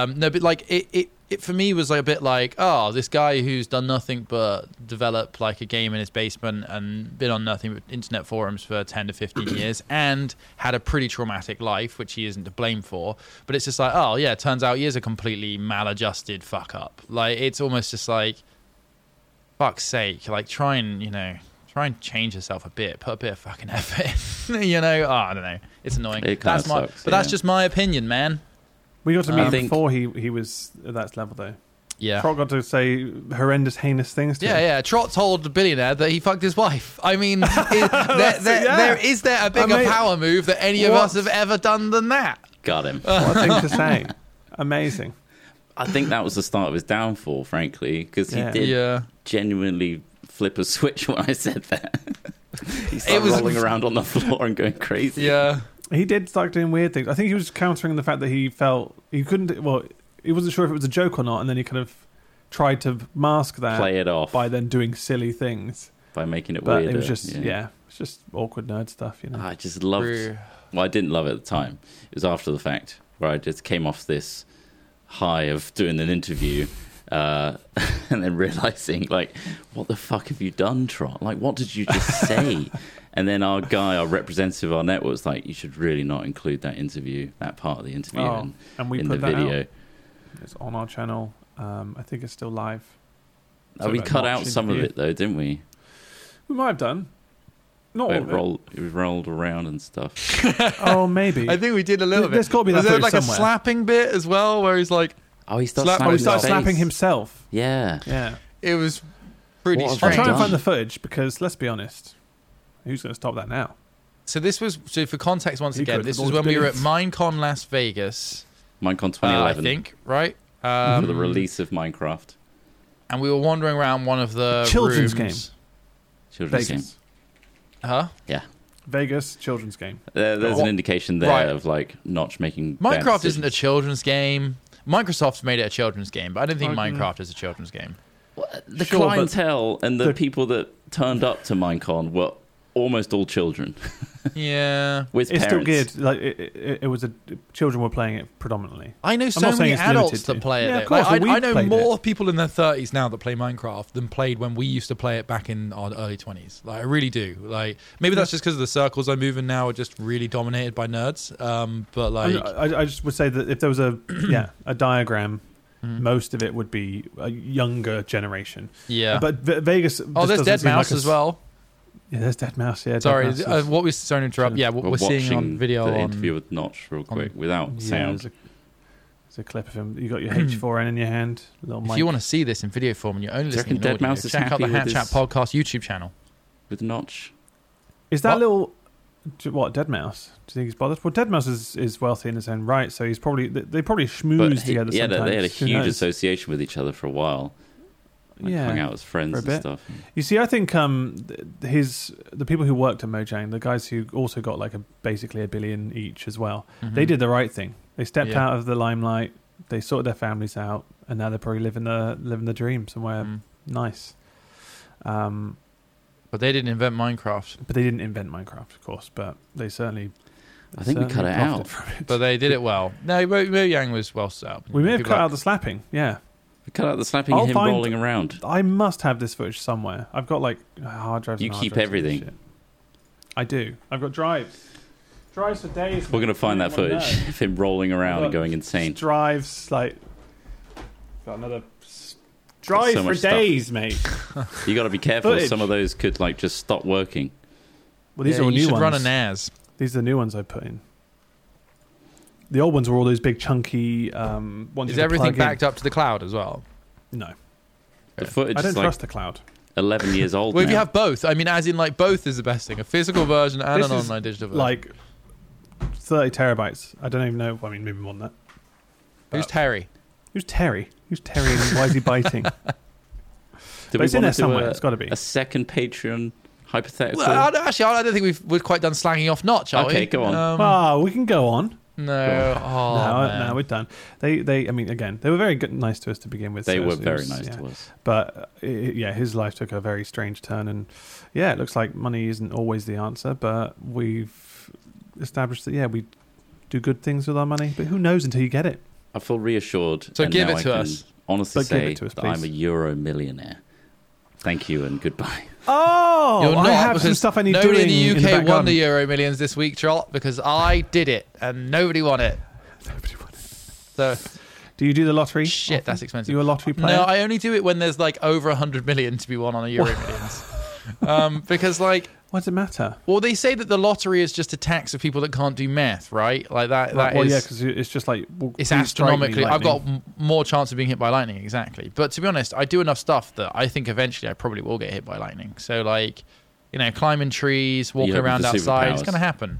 Um, no, but like it, it, it for me was like a bit like, oh, this guy who's done nothing but develop like a game in his basement and been on nothing but internet forums for ten to fifteen years and had a pretty traumatic life, which he isn't to blame for. But it's just like, oh yeah, turns out he is a completely maladjusted fuck up. Like it's almost just like, fuck's sake, like try and you know. Try and change yourself a bit. Put a bit of fucking effort. in, you know, oh, I don't know. It's annoying.
It kinda
that's my,
sucks,
but that's
yeah.
just my opinion, man.
We got to
I
meet him
think-
before he, he was at that level though.
Um, Yeah.
Frog got to say horrendous, heinous things to
Yeah,
him.
yeah. Trot told the billionaire that he fucked his wife. I mean, is, there, there,
yeah.
there, is there a bigger
mean,
power move that any of
what?
us have ever done than that?
Got him.
What a thing to say. Amazing.
I think that was the start of his downfall, frankly, because
Yeah.
he did genuinely flip a switch when I said that. he started
was-
rolling around on the floor and going crazy.
yeah.
He did start doing weird things. I think he was countering the fact that he felt he couldn't. Well, he wasn't sure if it was a joke or not, and then he kind of tried to mask that
Play it off
by then doing silly things.
by making it
But
weirder. Uh,
it was just yeah, it's just awkward nerd stuff, you know.
I just loved.
True.
Well, I didn't love it at the time. It was after the fact where I just came off this high of doing an interview, uh, and then realizing like, what the fuck have you done, Trot? Like, what did you just say? and then our guy, our representative, of our network was like, you should really not include that interview, that part of the interview,
Oh,
in,
and we
in the
put that
video.
out. It's on our channel. Um, I think it's still live.
Oh,
So
we
about
cut out
notch
some of
interview.
it though, didn't we?
We might have done. Not
Where
all
it,
of it.
rolled, it rolled around and stuff.
Oh, maybe.
I think we did a little
There's
bit.
gotta be
Was
that
there
footage
like a
somewhere.
slapping bit as well, where he's like,
Oh, he starts
Slap-
oh,
slapping,
he
his
started
face.
slapping himself.
Yeah.
Yeah.
it was pretty
What have
I'll
Right.
strange.
try and
Done.
find the footage because let's be honest, who's going to stop that now?
So this was so for context once
He
again.
could,
This
the
was
Lord's
when we were at
billions.
Minecon Las Vegas,
Minecon
uh, I
2011
think, right?
for the
Um,
release of Minecraft.
and we were wandering around one of the
Children's
rooms.
Children's game.
Vegas.
huh?
Vegas children's game.
There, there's
What-
an indication there
Right.
of like Notch making bad
Minecraft isn't a
decisions.
children's game. Microsoft made it a children's game, but I don't think
Okay.
Minecraft is a children's game.
Well, the
Sure, but
clientele and the,
the-
people that turned up to Minecon were almost all children
yeah.
with
It's still
parents.
good. Like it, it, it was a children were playing it predominantly.
I know so
not
many
saying it's limited
adults
to-
that play it.
Yeah, of
though.
course,
Like,
well,
I, I
we've
know
played
more people in their 30s now that play Minecraft than played when we used to play it back in our early 20s. Like I really do. Like maybe that's just because of the circles I move in now are just really dominated by nerds. Um, but
I,
like,
mean, I, I just would say that if there was a yeah a diagram,
Mhm.
most of it would be a younger generation.
yeah.
But v- Vegas.
oh,
just
there's
doesn't
Dead
seem like
Mouse
a
as
s-
well.
Yeah, there's Dead Mouse. Yeah, Dead
Sorry,
Mouse
uh,
is-
what we sorry to interrupt. Yeah, what we're, seeing on
watching
video
the
on
interview with Notch real
on-
quick without
Yeah,
sound.
there's a, there's a clip of him. You got your H4n in your hand, little
If
mic.
you want to see this in video form and you're only
Do you reckon
listening to
Dead
audio,
Mouse is
check out
happy
the
with
Hat Chat
this?
podcast YouTube channel.
with Notch.
is that
What?
little d- what Dead Mouse? Do you think he's bothered? Well, Dead Mouse is, is wealthy in his own right, so he's probably they, they probably
But
schmooze
he-
together.
yeah, they,
sometimes.
they had a
Who
huge
knows?
association with each other for a while. Like
Yeah.
hung out as friends
for a
and
bit.
stuff.
You see, I think um, th- his the people who worked at Mojang, the guys who also got like a basically a billion each as well, they
Mm-hmm.
Mhm.
Hmm.
did the right thing. They stepped
Yeah.
out of the limelight. They sorted their families out, and now they're probably living the living the dream somewhere
Hmm.
Mm.
nice. Um,
But they didn't invent Minecraft.
but they didn't invent Minecraft, of course. But they certainly.
I think we
certainly
cut it
profited
out.
from it.
But they did it well. No, Mo Mo Yang was well set up.
we may have
People
cut
like-
out the slapping. Yeah,
We cut out the slapping
I'll
and him
find-
rolling around.
I must have this footage somewhere. I've got like hard drives.
You
and hard
keep
drives and
everything.
shit. I do. I've got drives. Drives for days.
We're gonna
mate.
find
You
that
don't wanna
footage
know.
of him rolling around and
Look,
going insane.
Just drives like got another s- drives
so
for
much stuff.
days, mate.
You got to be careful.
Footage.
Some of those could like just stop working.
Well, these
Yeah,
are all
you
new
should
ones.
run a NAS.
These are the new ones I put in. The old ones were all those big chunky um, ones.
Is
you could
everything
plug in.
backed up to the cloud as well?
No,
The
Yeah.
footage
I don't
is like
trust the cloud.
11 years old
Well, if
now.
you have both, I mean, as in like both is the best thing—a physical version and
This
an
is
online digital version.
Like thirty terabytes. I don't even know. I mean, maybe more than that.
who's
uh,
Terry?
Who's Terry? Who's Terry? And why is he biting?
Do
but it's in
wanna do
there somewhere.
a-
it's got to be.
a second Patreon hypothetical.
Well, I don't- actually, I don't think we've we're quite done slagging off Notch. Are
Okay,
we?
go on.
Um,
Ah, we can go on.
no, oh,
now,
man.
now we're done. They, they. I mean, again, they were very good, nice to us to begin with.
they
so
were
it
very
was-
nice
yeah.
to us.
But uh, i- yeah, his life took a very strange turn, and yeah, it looks like money isn't always the answer. But we've established that yeah, we do good things with our money, but who knows until you get it?
I feel reassured.
So
and
give
now
it
I
to
can
us.
Honestly,
But give
say
it to us,
that I'm a
please.
euro millionaire. Thank you and goodbye.
Oh,
You're
I
not,
have some
because
stuff I need
Nobody in
doing
the UK
in the back
won
garden.
the Euro Millions this week, Trot, because I did it and nobody won it.
Nobody won it.
So
Do you do the lottery?
shit, that's expensive.
You a lottery player?
No, I only do it when there's like over 100 million to be won on a Euro Millions. um, because, like,
What does it matter?
well, they say that the lottery is just a tax of people that can't do math, right? Like, that, that
Like, well,
is-
yeah, because it's just like well,
it's
please strike me,
astronomically. I've got
lightning.
m- more chance of being hit by lightning, exactly. But to be honest, I do enough stuff that I think eventually I probably will get hit by lightning. So, like, you know, climbing trees, walking
have
around
the
outside, it's
superpowers.
going to happen.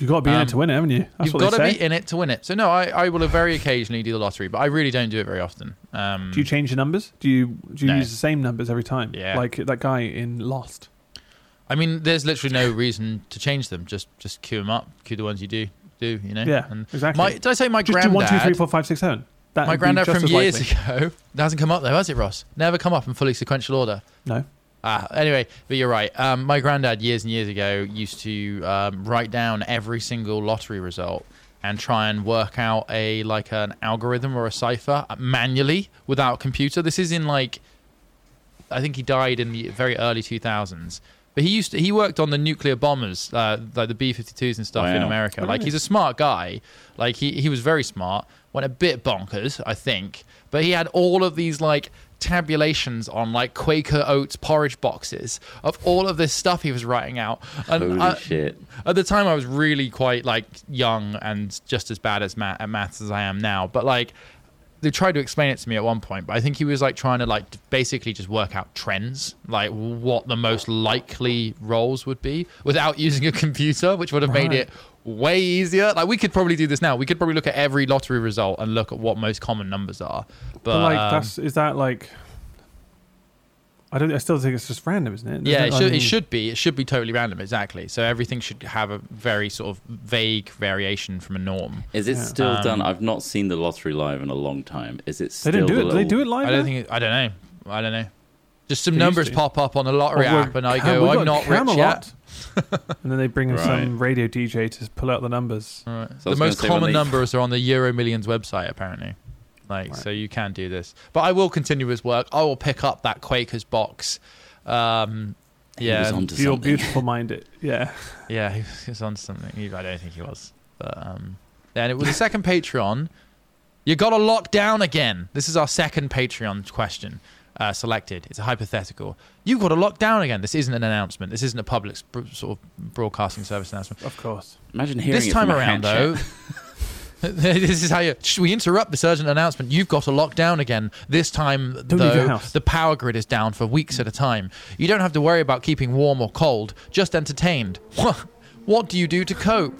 You've got to be in
um,
it to win it, haven't you? That's
You've
what
got
they
to
say.
be in it to win it. So no, I, I will very occasionally do the lottery, but I really don't do it very often. Um,
Do you change your numbers? Do you do you
No.
use the same numbers every time?
Yeah.
like that guy in Lost.
I mean, there's literally no reason to change them. Just just queue them up, queue the ones you do do. You know.
Yeah,
And
exactly.
my did I say my
just
granddad?
do one, two, three, four, five, six, seven. That
my
would be
granddad
just
from
as
years
likely.
ago. That hasn't come up though, has it, Ross? Never come up in fully sequential order.
No.
Ah, anyway, but you're right. Um, my granddad years and years ago used to um, write down every single lottery result and try and work out a like an algorithm or a cipher manually without computer. This is in like, I think he died in the very early 2000s. But he used to, he worked on the nuclear bombers, uh, like the B-52s and stuff in
Wow.
America.
Oh,
Like
really?
he's a smart guy. Like he he was very smart. Went a bit bonkers, I think. But he had all of these like tabulations on like Quaker Oats porridge boxes of all of this stuff he was writing out. And
Holy
I-
shit.
at the time, I was really quite like young and just as bad as ma- at maths as I am now. But like, they tried to explain it to me at one point. But I think he was like trying to like basically just work out trends, like what the most likely roles would be, without using a computer, which would have made
Right.
it way easier. Like we could probably do this now. We could probably look at every lottery result and look at what most common numbers are. But,
But like,
um,
that's is that like? I don't. I still think it's just random, isn't it?
Yeah, it
Isn't
should,
I
it
mean,
should be. It should be totally random, exactly. So everything should have a very sort of vague variation from a norm.
Is it
Yeah.
still
Um,
done? I've not seen the lottery live in a long time. Is it
They
still?
didn't do
the
it. Do they
little-
do it live.
I don't
now?
think. It, I don't know. I don't know. Just some
They used
numbers
to.
pop up on the lottery
Well, we're
app, and I
Cam-
go,
we've
"I'm
got
not rich yet."
Camelot. and then they bring in some radio DJ to pull out the numbers.
All right.
So I
the
was gonna
most
say when
common
they-
numbers are on the Euro Millions website, apparently. Like,
Right.
so you can do this. But I will continue his work. I will pick up that Quakers box. Um,
He was
yeah,
onto
Your
something.
beautiful mind, it. Yeah.
Yeah, he was on something. He- I don't think he was. But um, and it was the second Patreon. You got to lock down again. This is our second Patreon question. uh, selected. It's a hypothetical. You've got to lock down again. This isn't an announcement. This isn't a public sp- sort of broadcasting service announcement.
Of course.
Imagine hearing
this
it
time
from a
around,
hatchet.
though. this is how you. Shh, We interrupt this urgent announcement. You've got to lock down again. This time,
leave your
though,
house.
the power grid is down for weeks at a time. You don't have to worry about keeping warm or cold. Just entertained. what do you do to cope?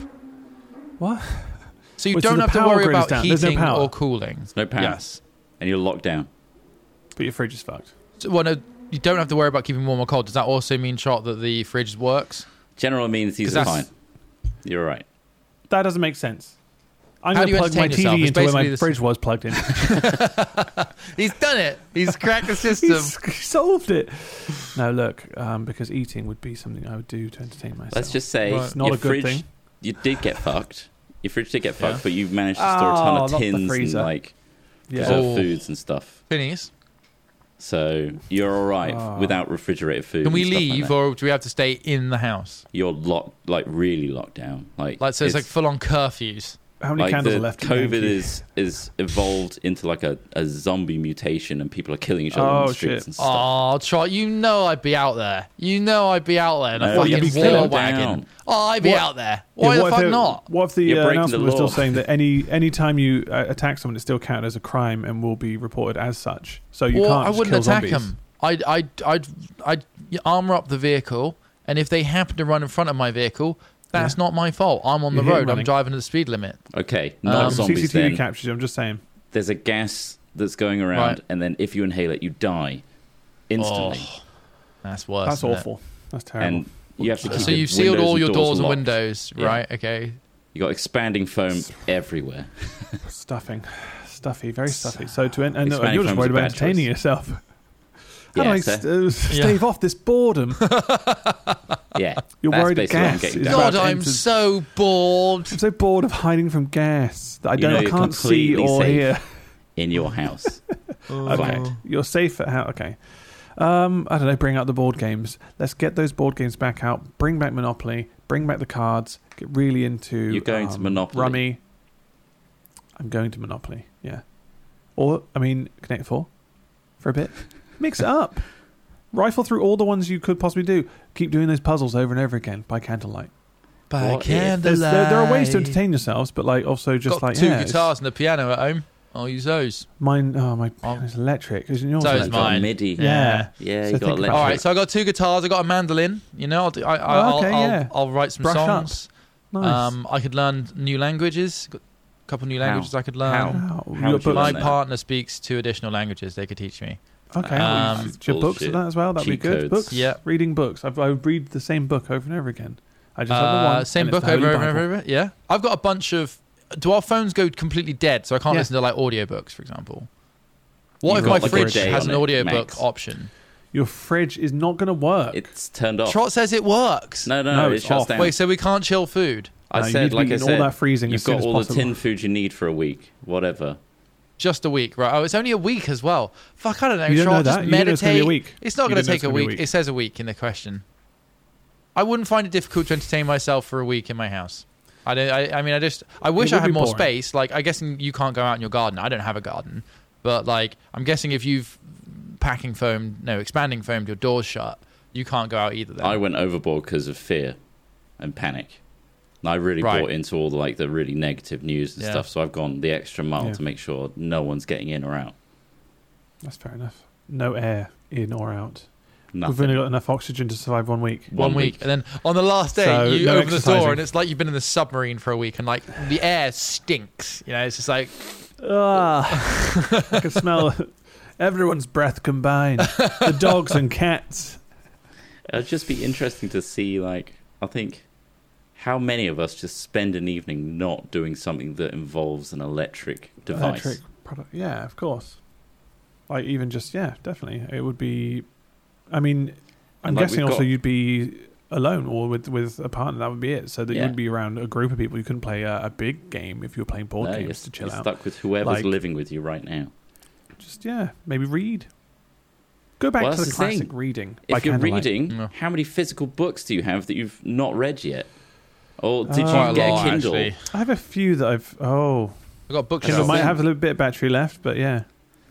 What?
So you
Wait, so
don't
the
have to
power
worry
grid is
about
down. There's no
heating
power.
or cooling.
No power.
Yes.
and you're locked down.
But your fridge is fucked.
So, well, no, you don't have to worry about keeping warm or cold. Does that also mean, Shot, that the fridge works?
General amenities
'Cause
are fine.
that's-
You're right.
That doesn't make sense. I'm
How
going
do you
to plug my
entertain yourself?
TV
It's
into where my
basically the s-
fridge was plugged in.
He's done it. He's cracked the system.
He's solved it. No, look, um, because eating would be something I would do to entertain myself.
Let's just say
Right.
It's not
your
a good
fridge,
thing.
You did get fucked. Your fridge did get fucked,
Yeah.
but you've managed to store a ton
Oh,
of
not the
tins and
freezer.
like
Yeah.
preserved
Oh.
foods and stuff.
Phineas,
So you're all right
Ah.
without refrigerated food.
can we
and stuff like
leave
that.
or do we have to stay in the house?
You're locked, like really locked down. Like,
Like, so it's, like full on curfews.
How many
like
candles
the
are left? in there?
COVID is is evolved into like a, a zombie mutation, and people are killing each other on
Oh,
the streets
shit.
and stuff.
Oh, Trot, you know I'd be out there. You know I'd be out there in a
No, you'd
fucking
be
war
killed.
wagon.
Down.
Oh, I'd be
What-
out there.
Yeah,
Why
what
the
if
fuck
it-
not?
What if the
You're
uh,
breaking
announcement
the
was still
law.
saying that any any time you uh, attack someone, it's still counted as a crime and will be reported as such. So you
or
can't.
I
just
wouldn't
kill
attack
zombies.
them. I'd, I'd, I'd, I'd armor up the vehicle, and if they happen to run in front of my vehicle, that's not my fault. I'm on the
You hit
road. I'm
running.
driving at the speed limit.
Okay, not
Um,
zombies
CCTV
then.
captures you. I'm just saying.
There's a gas that's going around,
Right.
and then if you inhale it, you die instantly.
Oh, that's worse.
That's
isn't it?
awful. That's terrible.
and you have to keep
So
your
you've sealed
windows
all your doors and
locked.
windows,
Yeah.
right? Okay.
You got expanding foam everywhere.
stuffing, stuffy, very stuffy. So to en- and,
Expanding
and you're just
film's
worried
a
about
bad
entertaining
choice.
yourself. How do
Yeah,
I
so-
st- uh, stave off this boredom?
Yeah,
You're
that's
worried
basically what
gas
I'm getting
is
down.
about
God,
to
I'm
enter-
so bored.
I'm so bored of hiding from gas that I
You
don't,
know
I
you're
can't see
completely
or
safe.
hear.
in your house.
Okay,
Flagged.
you're safe at how? Okay, um, I don't know. Bring out the board games. Let's get those board games back out. Bring back Monopoly. Bring back the cards. Get really into.
You're going to
um,
Monopoly.
Rummy. I'm going to Monopoly. Yeah, or I mean Connect Four for a bit. Mix it up. Rifle through all the ones you could possibly do. Keep doing those puzzles over and over again by candlelight.
By
What if-
There's,
candlelight.
there, there are ways to entertain yourselves, but like also just
Got
like
two
yeah, it's-
guitars and a piano at home. I'll use those.
Mine. Oh my,
Oh.
it's electric. Isn't yours?
So is
Like
electric?
got
mine.
MIDI.
Yeah.
Yeah, you
So think
got
about
electric.
it.
All right, so I got two guitars. I got a mandolin. You know, I'll do, I, I,
Oh, okay,
I'll, I'll,
yeah.
I'll write some
Brush up.
songs.
Nice.
Um, I could learn new languages. Got a couple new
How?
languages I could learn.
How? How would
Wow. Your
you
books-
My
Learn that.
partner speaks two additional languages. They could teach me.
Okay.
Um,
well, it's your books
bullshit.
and that as well. That'd
Cheat
be good.
codes.
Books.
Yeah.
Reading books. I've, I read the same book over and over again. I just have the
Uh,
one.
same
and it's
book
the
over
Holy
and over
Bible.
over. Yeah, I've got a bunch of. Do our phones go completely dead, so I can't
Yeah.
listen to like audiobooks, for example? What
You've
if
got,
my
like, a
fridge
day
has
on
an
it,
audiobook
max.
option?
Your fridge is not going to work.
It's turned off.
Trot says it works.
Oh. no, no,
No,
no, it
it's
shuts
off.
down.
Wait, so we can't chill food?
I
No, you need
said,
to
like
be
I
eating all
said,
that freezing as
you've
soon
got
as
all the
possible.
tin food you need for a week, whatever.
Just a week, right? Oh, it's only a week as well. Fuck, I don't know.
You don't
Trot,
know that.
just
You
meditate.
don't know it's going to be a week.
It's not
You
going
don't
to
know
take
it's
a
gonna be
week. It says a week in the question. I wouldn't find it difficult to entertain myself for a week in my house. I don't. I, I mean, I just. I wish
would
I had
be
more
boring.
space. Like, I guessing you can't go out in your garden. I don't have a garden, but like, I'm guessing if you've packing foam, no, expanding foam, your doors shut. You can't go out either. Then.
I went overboard because of fear and panic. And I really
Right.
bought into all the like the really negative news and
Yeah.
stuff, so I've gone the extra mile
Yeah.
to make sure no one's getting in or out.
That's fair enough. No air in or out. We've
Nothing.
only got enough oxygen to survive one week.
one,
One
week.
week.
and then on the last day
So,
you
no
open the door
exercising.
and it's like you've been in the submarine for a week and like the air stinks you know it's just like
Ah, I can smell everyone's breath combined. The dogs and cats.
It'd just be interesting to see, like, I think how many of us just spend an evening not doing something that involves an electric device.
Electric product. Yeah, of course. Like even just yeah, definitely. It would be. I mean, I'm
And, like,
guessing
we've
also
got-
you'd be alone or with with a partner. That would be it. So that you
Yeah.
wouldn't be around a group of people. You couldn't play a, a big game if you were playing board
No,
games
you're,
to chill
you're
out.
stuck with whoever's
Like-
living with you right now.
Just yeah, maybe read. Go back
Well,
to the,
that's the
classic
thing.
reading.
If you're
candlelight.
reading,
No.
how many physical books do you have that you've not read yet? Or did
Uh, Quite a
you get
lot,
Oh. a Kindle?
actually.
I have a few that I've. Oh,
I've got a
That's the
Kindle
bookshelf.
might
thing.
have a little bit of battery left, but yeah,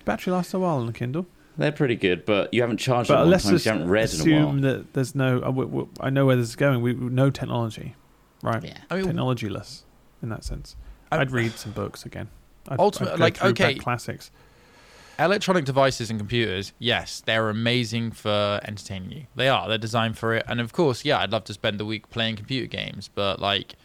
battery lasts a while on the Kindle.
They're pretty good, but you haven't charged
but
them long
let's
time. You
just
haven't read in a
assume
while.
that there's no. I, w- w- I know where this is going. We no technology, right?
Yeah.
I mean,
Technologyless in that sense.
I-
I, would read some books again. I'd,
Ultimate-
I'd go
like,
through
okay.
back classics.
electronic devices and computers, yes, they're amazing for entertaining you. They are. They're designed for it. And of course, yeah, I'd love to spend the week playing computer games, but like,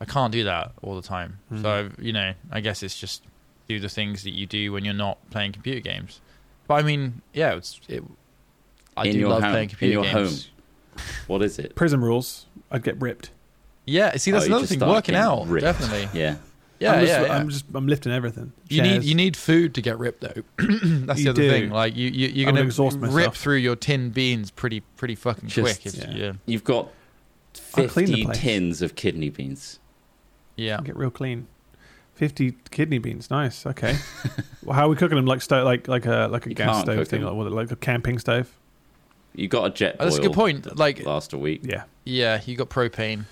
I can't do that all the time.
Hmm.
Mhm.
So, you know, I guess it's just do the things that you do when you're not playing computer games. But I mean, yeah, it's it. I
In
do
your
love
home-
playing
in
computer
your
games.
What is it?
Prison rules. I'd get ripped.
Yeah, see,
Oh,
that's
you
another
just
thing.
start
Working
getting
out,
ripped.
definitely.
Yeah.
Yeah,
I'm just,
yeah, yeah.
I'm just. I'm lifting everything.
You need
Chairs.
you need food to get ripped though. That's the
You
other
do.
thing. Like you, you you're
I would
gonna
exhaust myself.
rip through your tin beans pretty pretty fucking
Just-
quick. It's,
Yeah.
yeah.
You've got
I'll clean the
50
place.
tins of kidney beans.
yeah,
Get real clean. Fifty kidney beans. Nice. Okay. well, how are we cooking them? Like sto- like like a like a
You
gas
can't
stove
cook
thing,
them.
like, what- like a camping stove.
You got a jet
Oh, that's a good
boil
point. Like
last a week.
Yeah.
yeah, you got propane.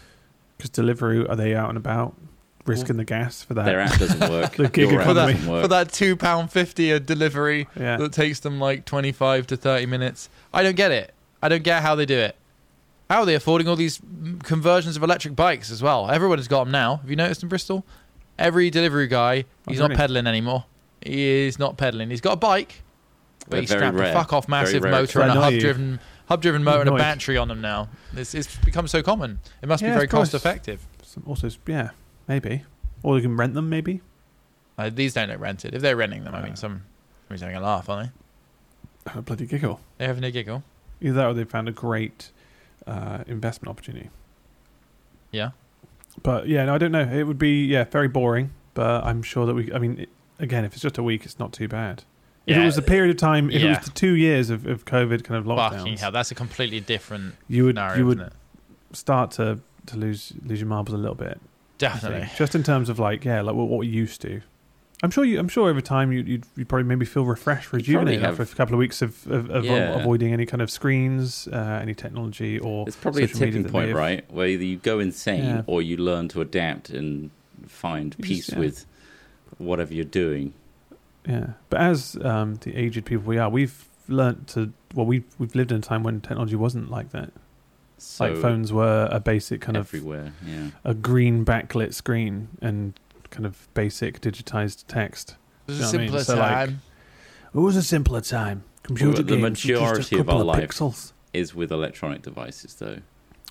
Because Deliveroo are they out and about, risking the gas for that?
Their app doesn't work.
The gig
Your app
economy.
doesn't work.
For that two pound fifty a delivery
Yeah.
that takes them like twenty five to thirty minutes. I don't get it. I don't get how they do it. How are they affording all these mm, conversions of electric bikes as well? Everyone has got them now. Have you noticed in Bristol? Every delivery guy, he's not
Oh, really?
pedaling anymore. He is not pedaling. He's got a bike, but
They're
he
very
strapped a
rare.
fuck off
Very
massive
rare
motor and a
exception. I know
hub
you.
driven hub driven motor and a
Annoyed.
battery on them now. It's, it's become so common. It must be
Yeah,
very
of course.
cost effective.
Some also, yeah, maybe. Or you can rent them, maybe.
Uh, these don't look rented. If they're renting them, I mean,
Uh.
some somebody's having a laugh, aren't they?
Have a bloody giggle.
They're having a giggle.
Either that, or they found a great uh, investment opportunity.
Yeah.
But yeah, no, I don't know. It would be yeah, very boring. But I'm sure that we. I mean, it, again, if it's just a week, it's not too bad. If
Yeah.
it was a period of time, if it
Yeah.
was the two years of, of COVID kind of
Fucking hell,
lockdowns,
that's a completely different
you would
scenario,
you
isn't
would
it?
start to, to lose lose your marbles a little bit. I think.
Definitely.
Just in terms of like yeah, like what, what we used to. I'm sure you. I'm sure over time you, you'd you'd probably maybe feel refreshed,
You'd probably
rejuvenated after a
have-
couple of weeks of, of, of
Yeah.
avoiding any kind of screens, uh, any technology, or
It's probably a
social media
tipping
that may
point,
have-
right? Where either you go insane
Yeah.
or you learn to adapt and find
You just-
peace
yeah.
with whatever you're doing.
Yeah, but as um, the aged people we are, we've learnt to. Well, we we've lived in a time when technology wasn't like that.
So
Like phones were a basic kind of
everywhere, yeah.
a green backlit screen and kind of basic digitized text.
It was
You
a
know what I mean?
simpler
So, like,
time.
It was a simpler time.
Well,
Computer
the
games were just a
majority of
couple
our life-
pixels.
Is with electronic devices though.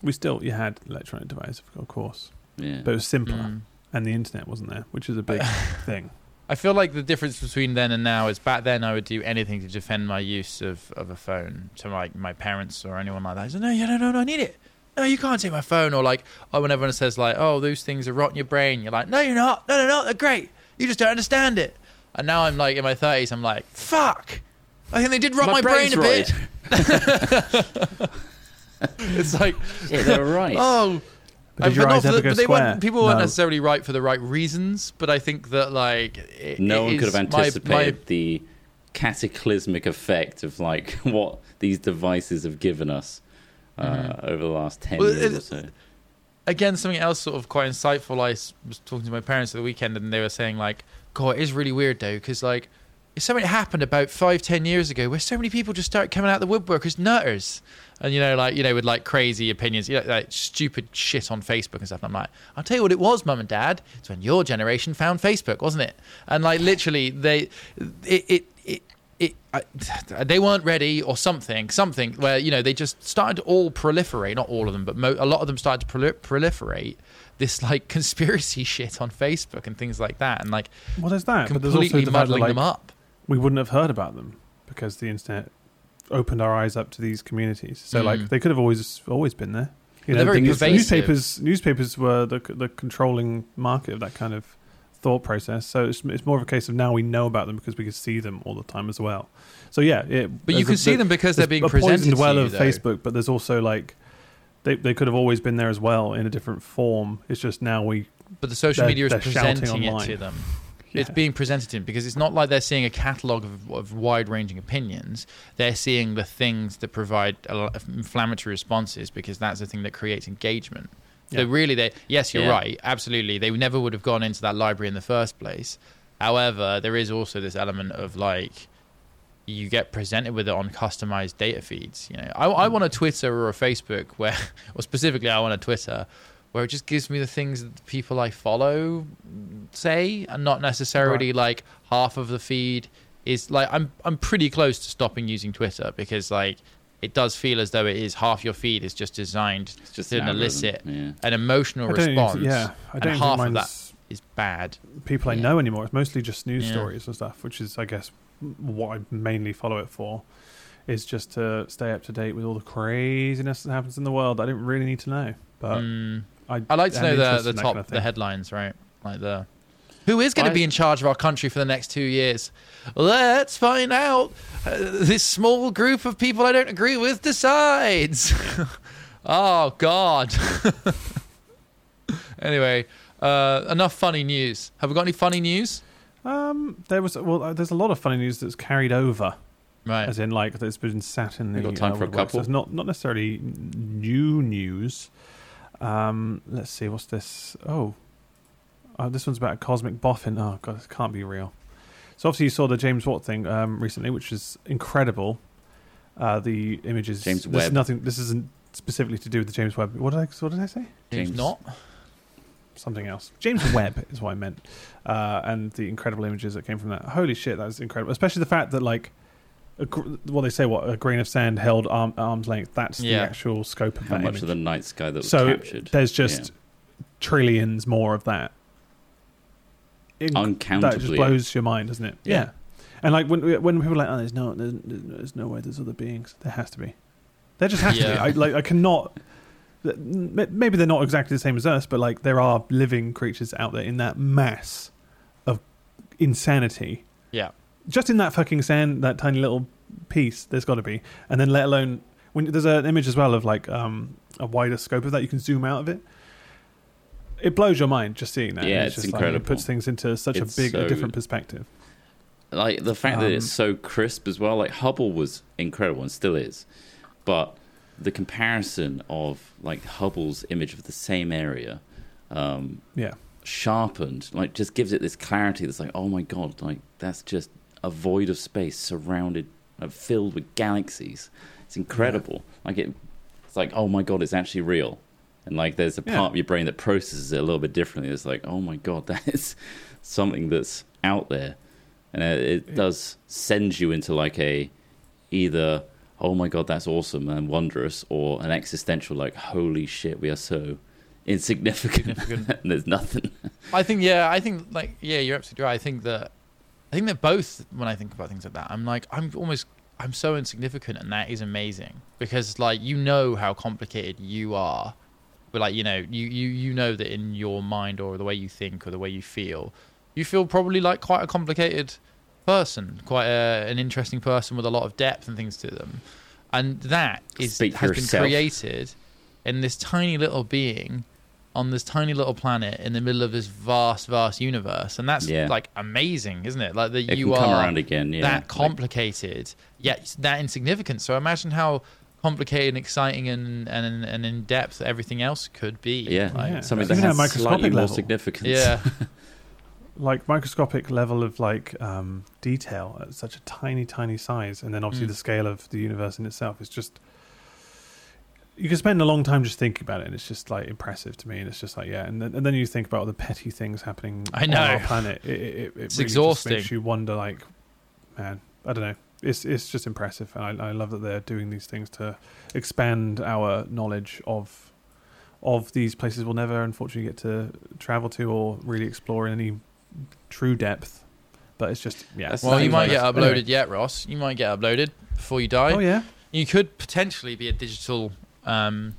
We still you had electronic devices, of course,
Yeah.
but it was simpler,
Mm.
and the internet wasn't there, which is a big thing.
I feel like the difference between then and now is back then I would do anything to defend my use of, of a phone to like my parents or anyone like that. I said, no, yeah, no, no, no, I need it. No, you can't take my phone. Or like, oh, when everyone says like, oh, those things are rotting your brain. You're like, no, you're not. No, no, no, they're great. You just don't understand it. And now I'm like in my thirties. I'm like, fuck. I think they did rot my, brain
brain's
a bit.
right.
It's like,
yeah, they're right.
oh,
But did
Uh,
your
not
eyes
for
ever
the-
go
but they
square?
weren't, people weren't
No.
necessarily right for the right reasons, but I think that like it,
no
it
one could
is
have
my-
anticipated the cataclysmic effect of like what these devices have given us uh,
Mm-hmm.
Mhm.
over the last 10
Well,
years
it-
or so.
my- again, something else sort of quite insightful. I s- was talking to my parents at the weekend, and they were saying like, "God, it is really weird though, because like." Something happened about five, ten years ago where so many people just started coming out the woodwork as nutters, and you know, like you know, with like crazy opinions, you know, like stupid shit on Facebook and stuff. And I'm like, I'll tell you what, it was, mum and dad. It's when your generation found Facebook, wasn't it? And like literally, they, it, it, it it, I, they weren't ready or something, something where, you know, they just started to all proliferate, not all of them, but mo- a lot of them started to proli- proliferate this like conspiracy shit on Facebook and things like that. And like
Well, there's that. But there's also
completely
the fact that,
muddling
like,
them up.
we wouldn't have heard about them because the internet opened our eyes up to these communities. So
Mm.
like they could have always always been there.
But
You
they're very
the news-
pervasive.
newspapers newspapers were the the controlling market of that kind of thought process. So it's, it's more of a case of now we know about them because we can see them all the time as well. So yeah, it,
But you
there's
can
a-
see them because they're
there's
being
a
presented
poisoned well
to you,
of
though.
Facebook, but there's also like they they could have always been there as well in a different form. It's just now we
But the social
They're-
media is
they're shouting
presenting it
online.
to them.
Yeah.
It's being presented to them because it's not like they're seeing a catalogue of, of wide ranging opinions. They're seeing the things that provide a lot of inflammatory responses because that's the thing that creates engagement. So
Yeah.
really, they yes, you're
Yeah.
right, absolutely. They never would have gone into that library in the first place. However, there is also this element of like you get presented with it on customized data feeds. You know, I, I
Hmm.
want a Twitter or a Facebook where, or specifically, I want a Twitter where it just gives me the things that the people I follow say, and not necessarily like half of the feed is like I'm I'm pretty close to stopping using Twitter because like it does feel as though it is half your feed is just designed
It's just
to
an algorithm.
elicit
Yeah.
an emotional
I don't even-
response.
yeah, I
and
don't
half
even
of
mind
that is bad.
people I
Yeah.
know anymore. It's mostly just news
Yeah.
stories and stuff, which is, I guess, what I mainly follow it for. Is just to stay up to date with all the craziness that happens in the world. that I didn't really need to know, but
Mm.
I
I like to
am
know
interested
the,
in
the
that
top
kind of
the
thing.
headlines, right? Like the who is going
I-
to be in charge of our country for the next two years? Let's find out. Uh, this small group of people I don't agree with decides. oh God. anyway, uh, enough funny news. Have we got any funny news?
Um, there was well, uh, there's a lot of funny news that's carried over,
Right.
as in like that's been sat in the.
We got time
uh,
for a
woodwork. So
couple?
it's not not necessarily new news. Um, let's see, what's this? Oh, oh, this one's about a cosmic boffin. Oh god, this can't be real. So obviously you saw the James Watt thing um, recently, which is incredible. Uh, the images.
James
this is
Webb.
nothing. This isn't specifically to do with the James Webb. What did I? What did I say?
James
James.
not.
something else. James Webb is what I meant, uh, and the incredible images that came from that. Holy shit, that was incredible. Especially the fact that like, a gr- what they say, what a grain of sand held arm, arm's length. That's
Yeah.
the actual scope of
How
that
much
image.
of the night sky that was
so
captured?
there's just
Yeah.
trillions more of that. In- that just
uncountably.
blows your mind, doesn't it?
Yeah.
And like when when people are like, oh, there's no, there's, there's no way there's other beings. There has to be. There just has to be.
Yeah.
I like I cannot. m- Maybe they're not exactly the same as us, but like there are living creatures out there in that mass of insanity.
Yeah.
Just in that fucking sand, that tiny little piece, there's got to be. And then let alone when there's an image as well of like um, a wider scope of that, you can zoom out of it. It blows your mind just seeing that.
Yeah,
And
it's
just Like,
incredible.
it puts things into such
It's
a big,
so-
a different perspective.
like the fact that it's
Um,
so crisp as well like hubble was incredible and still is but the comparison of like hubble's image of the same area um
Yeah.
sharpened like just gives it this clarity that's like oh my god like that's just a void of space surrounded uh, filled with galaxies it's incredible like it it's like oh my god it's actually real and like there's a
Yeah.
part of your brain that processes it a little bit differently it's like oh my god that is something that's out there and it, it does send you into like a either oh my god that's awesome and wondrous or an existential like holy shit we are so insignificant
Significant.
and there's nothing
I think yeah, I think like yeah, you're absolutely right. I think that I think they're both when I think about things like that, I'm like I'm almost I'm so insignificant and that is amazing because like you know how complicated you are. But like you know, you you you know that in your mind or the way you think or the way you feel, you feel probably like quite a complicated person, quite a, an interesting person with a lot of depth and things to them. And that is
Speak for
has been
yourself.
created in this tiny little being on this tiny little planet in the middle of this vast, vast universe, and that's
Yeah.
like amazing, isn't it? Like that
it
you
can come
are
around again yeah
that
Like,
complicated, yet it's that insignificant. So imagine how complicated and exciting and and, and in depth everything else could be.
yeah,
like- Yeah.
something that
Even at
has
microscopic
slightly more
level.
significance
yeah,
Like microscopic level of like um, detail at such a tiny, tiny size, and then obviously
Mm.
the scale of the universe in itself is just. You can spend a long time just thinking about it, and it's just like impressive to me. And it's just like, yeah, and then, and then you think about all the petty things happening
I
on our
know.
planet. It, it, it, it really just
exhausting.
makes you wonder, like, man, I don't know. It's it's just impressive, and I, I love that they're doing these things to expand our knowledge of of these places we'll never unfortunately get to travel to or really explore in any true depth. But it's just yeah.
That's
Well,
Sounds
you might
like-
get
Anyway.
uploaded yet, Ross. You might get uploaded before you die.
Oh yeah,
You could potentially be a digital, um,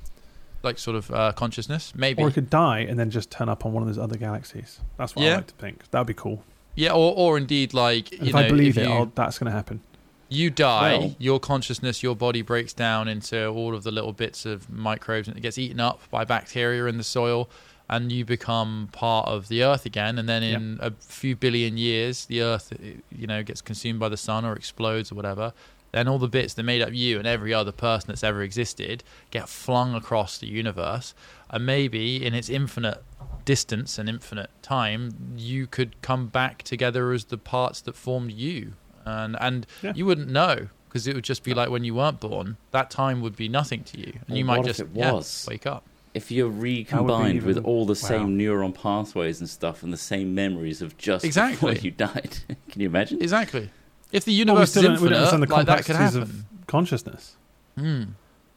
like sort of uh, consciousness, maybe.
or it could die and then just turn up on one of those other galaxies. That's what I
Yeah.
like to think. That'd be cool.
yeah, or or indeed like you
And if
know,
I believe
if
it,
you-
I'll, that's going to happen.
You die,
Well-
your consciousness, your body breaks down into all of the little bits of microbes and it gets eaten up by bacteria in the soil and you become part of the earth again and then in a few billion years the earth you know gets consumed by the sun or explodes or whatever then all the bits that made up you and every other person that's ever existed get flung across the universe and maybe in its infinite distance and infinite time you could come back together as the parts that formed you and and
Yeah.
you wouldn't know because it would just be like when you weren't born. That time would be nothing to you, and
Well,
you might
what if
just
it
yeah,
was?
wake up.
If you're recombined with
even-
all the
wow.
same neuron pathways and stuff and the same memories of just
Exactly.
before you died, can you imagine?
Exactly. If the
Well, we
universe
still
is
don't, we
infinite,
don't understand the
like that could
complexities
happen.
of consciousness.
Hmm.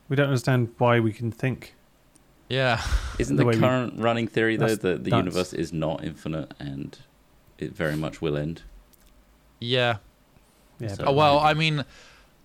We don't understand why we can think.
Yeah.
Isn't
the
the,
way we-
current running theory though
That's
that the
nuts.
universe is not infinite and it very much will end?
Yeah.
Yeah,
So-
but
Oh, well, I mean,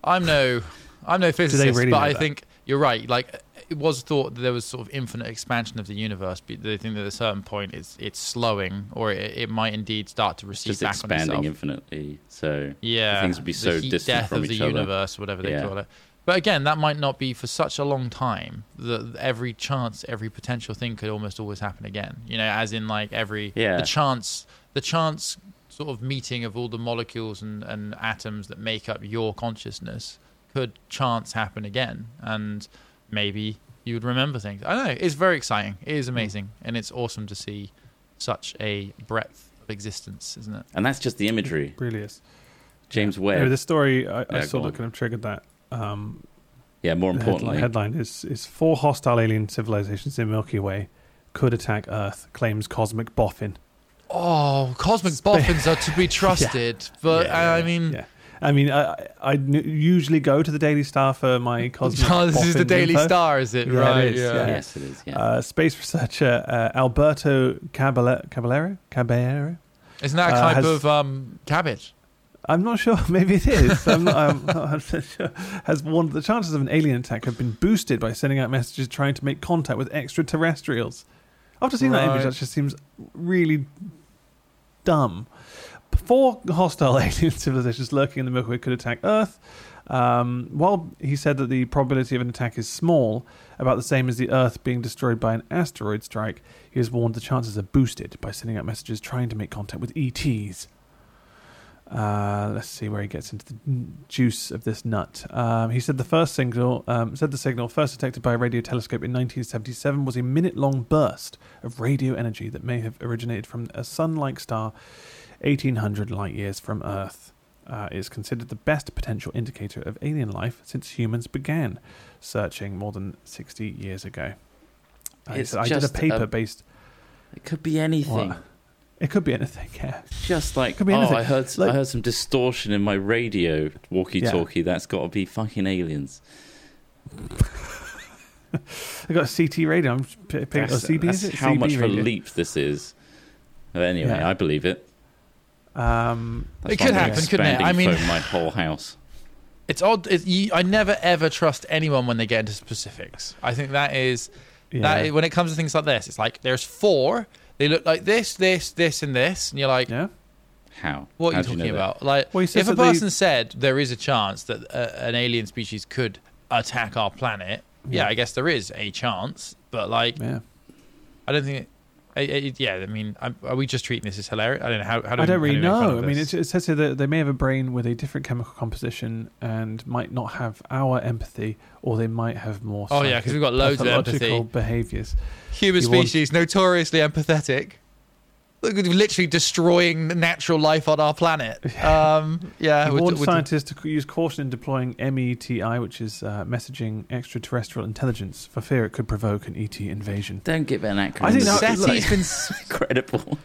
I'm no, I'm no physicist,
really
but
know
I
that?
think you're right. Like, it was thought that there was sort of infinite expansion of the universe, but they think that at a certain point it's it's slowing, or it, it might indeed start to recede
Just
back on
expanding
itself.
infinitely. So
yeah,
things would be
the
so
heat
distant
death
from
of the
each other.
universe, whatever they
Yeah.
call it. But again, that might not be for such a long time that every chance, every potential thing could almost always happen again. You know, as in like every
Yeah.
the chance, the chance sort of meeting of all the molecules and, and atoms that make up your consciousness could chance happen again, and maybe you would remember things. I don't know. It's very exciting. It
Hmm.
is amazing, and it's awesome to see such a breadth of existence, isn't it?
and that's just the imagery.
it really is.
James
Anyway,
Webb.
the story I, I
Yeah, go
saw
on.
that kind of triggered that. Um,
yeah, more
the headline,
importantly.
headline is is four hostile alien civilizations in Milky Way could attack Earth, claims cosmic boffin.
Oh, cosmic boffins are to be trusted, but
Yeah,
I
yeah,
mean,
yeah. I mean, I, I I n- usually go to the Daily Star for my cosmic.
oh, this is the
boffin
Daily
info.
Star, is it?
Yeah, it
right?
is,
yeah.
yeah.
Yes, it is. Yeah.
Uh, space researcher uh, Alberto Cabale- Caballero Caballero.
Isn't that a
Uh,
type
has-
of um, cabbage?
I'm not sure. Maybe it is. I'm not, I'm not 100% sure. Has warned that the chances of an alien attack have been boosted by sending out messages trying to make contact with extraterrestrials. After seeing that image,
Right.
that just seems really dumb. Four hostile alien civilizations lurking in the Milky Way could attack Earth. Um, while he said that the probability of an attack is small, about the same as the Earth being destroyed by an asteroid strike, he has warned the chances are boosted by sending out messages trying to make contact with E ETs. Uh, let's see where he gets into the n- juice of this nut. Um, he said the first signal, um, said the signal first detected by a radio telescope in 1977 was a minute-long burst of radio energy that may have originated from a sun-like star 1800 light years from Earth. Uh, is considered the best potential indicator of alien life since humans began searching more than 60 years ago. Uh, he
It's
said, I did a
just a-
paper based.
it could be anything.
What? It could be anything. Yeah.
It's Just like
Could be
oh,
anything.
I heard
Like-
I heard some distortion in my radio walkie-talkie. That's got to be fucking aliens.
I got a CT radio. I'm just p- picking
That's-
oh, CB.
that's
is it?
how
CB
much of a
radio.
leap this is. But anyway,
Yeah.
I believe it.
Um,
That's
It
why
could
I'm
happen, couldn't it?
expanding
I mean-
from my whole house.
It's odd. It, you, I never ever trust anyone when they get into specifics. I think that is
yeah.
that is, when it comes to things like this, it's like there's four. They look like this, this, this, and this, and you're like,
yeah.
How?
What are
How
you
do
talking
know that?
about? Like,
Well, he says
if a
that they-
person said there is a chance that uh, an alien species could attack our planet, yeah.
Yeah.
I guess there is a chance. But like,
Yeah.
I don't think. It, I- I- yeah, I mean, I'm- are we just treating this as hilarious? I don't know how. how do we-
I don't
how do
really
we make fun
know. I
of
mean,
this?
it, it says here that they may have a brain with a different chemical composition and might not have our empathy, or they might have more.
Oh, yeah, 'cause we've got loads of empathy.
behaviors.
human
you want-
species notoriously empathetic. Look, we're Literally destroying natural life on our planet. Um, yeah,
He
we're-
warned
we're-
scientists to c- use caution in deploying METI, which is uh, messaging extraterrestrial intelligence, for fear it could provoke an ET invasion.
Don't give it an acronym.
I think
It's
that-
just, like,
SETI's been
incredible.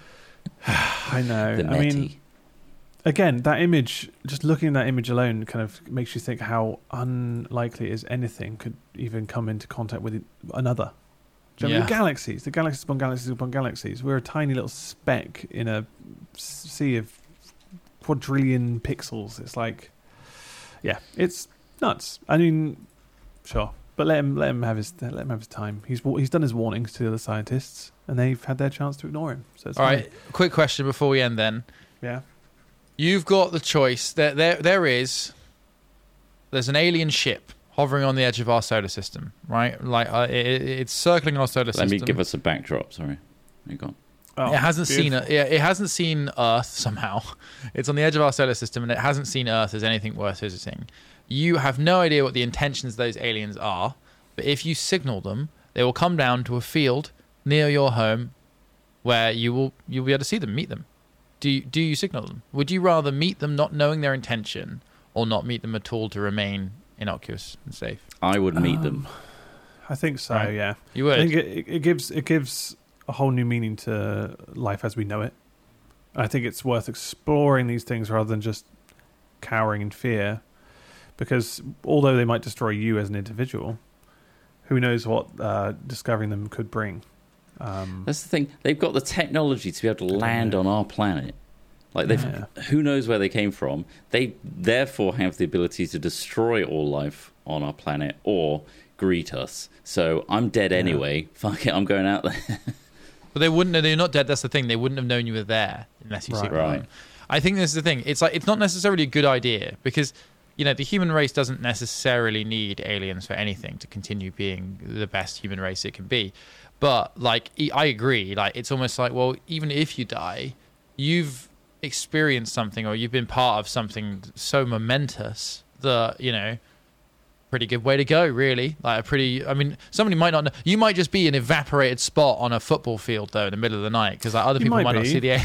I know.
The
I
Netty.
mean, again, that image, just looking at that image alone, kind of makes you think how unlikely it is anything could even come into contact with another. Do you know what I mean?
Yeah.
Galaxies, the galaxies upon galaxies upon galaxies. We're a tiny little speck in a s- sea of quadrillion pixels. It's like, yeah, it's nuts. I mean, sure, but let him let him have his let him have his time. He's wa- he's done his warnings to the other scientists, and they've had their chance to ignore him. So it's
All
fine.
right, quick question before we end then.
yeah,
You've got the choice. There, there, there is. There's an alien ship hovering on the edge of our solar system, right? Like uh, it, it- it's circling our solar
Let
system.
me give us a backdrop. Sorry, you gone.
Oh,
it hasn't seen
beautiful.
it. Yeah, it hasn't seen Earth somehow. It's on the edge of our solar system, and it hasn't seen Earth as anything worth visiting. You have no idea what the intentions of those aliens are, but if you signal them, they will come down to a field near your home, where you will you'll be able to see them, meet them. do you, do you signal them? Would you rather meet them not knowing their intention, or not meet them at all to remain innocuous and safe?
I would
Um,
meet them.
I think so.
Right.
Yeah,
You would.
I think it, it- it gives it gives a whole new meaning to life as we know it. I think it's worth exploring these things rather than just cowering in fear, because although they might destroy you as an individual, who knows what uh, discovering them could bring? Um,
That's the thing. They've got the technology to be able to land on our planet. Like they've
Yeah.
who knows where they came from. They therefore have the ability to destroy all life on our planet or greet us. So I'm dead
Yeah.
anyway. Fuck it, I'm going out there.
But they wouldn't. They're not dead. That's the thing. They wouldn't have known you were there unless you
Right.
signaled
Right.
them. I think this is the thing. It's like it's not necessarily a good idea because you know the human race doesn't necessarily need aliens for anything to continue being the best human race it can be. But like e- I agree. Like it's almost like well, even if you die, you've experienced something or you've been part of something so momentous that you know pretty good way to go, really. Like a pretty, I mean, somebody might not know. You might just be an evaporated spot on a football field, though, in the middle of the night, because like, other
You
people might,
might
not
be.
see the air.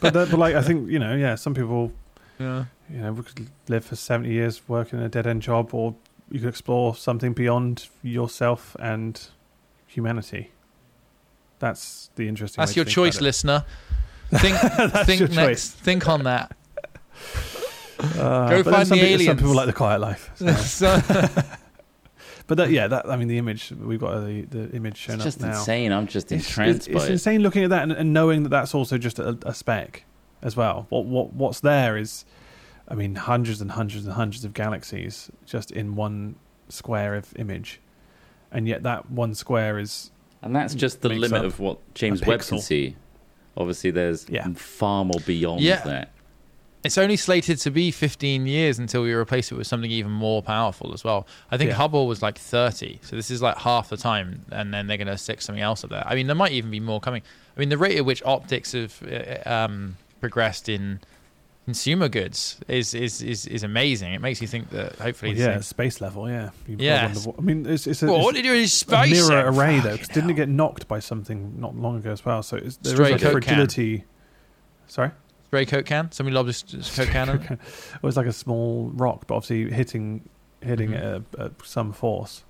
but, that, but like I think you know, yeah, some people
Yeah.
you know we could live for seventy years working a dead end job, or you could explore something beyond yourself and humanity. That's the interesting. way
That's
to
your
think
choice,
about it.
listener. Think, think
your
next.
choice.
Think on that.
Uh,
Go find the
but then some people, Some
aliens.
people like the quiet life. so-
So-
but that, yeah, that I mean, the image we've got the, the image shown
It's
up
just
now.
insane. I'm just
It's,
entranced
it's, it's
by it.
insane looking at that and, and knowing that that's also just a, a speck as well. What what what's there is, I mean, hundreds and hundreds and hundreds of galaxies just in one square of image, and yet that one square is
And that's just the
Makes
limit
up
of what James
a
Webb can
pixel.
see. Obviously, there's
Yeah.
far more beyond
Yeah.
that.
it's only slated to be 15 years until we replace it with something even more powerful as well. I think
Yeah.
Hubble was like 30, so this is like half the time, and then they're going to stick something else up there. I mean, there might even be more coming. I mean, the rate at which optics have uh, um, progressed in consumer goods is is is, is amazing. It makes you think that hopefully,
well,
this
yeah
thing-
space level. Yeah, You probably
Yes.
wonder what- I mean, it's it's a,
Well, what
it's
they do is
a
space
mirror
it.
array though. 'cause
Fucking
didn't it
hell.
get knocked by something not long ago as well? So it's, there
Stray
is a
Coke can.
fragility. Sorry.
spray Coke can? Somebody lobbed a s- Coke can. in it?
it was like a small rock, but obviously hitting hitting
Mm-hmm.
Mhm.
it at, at some force.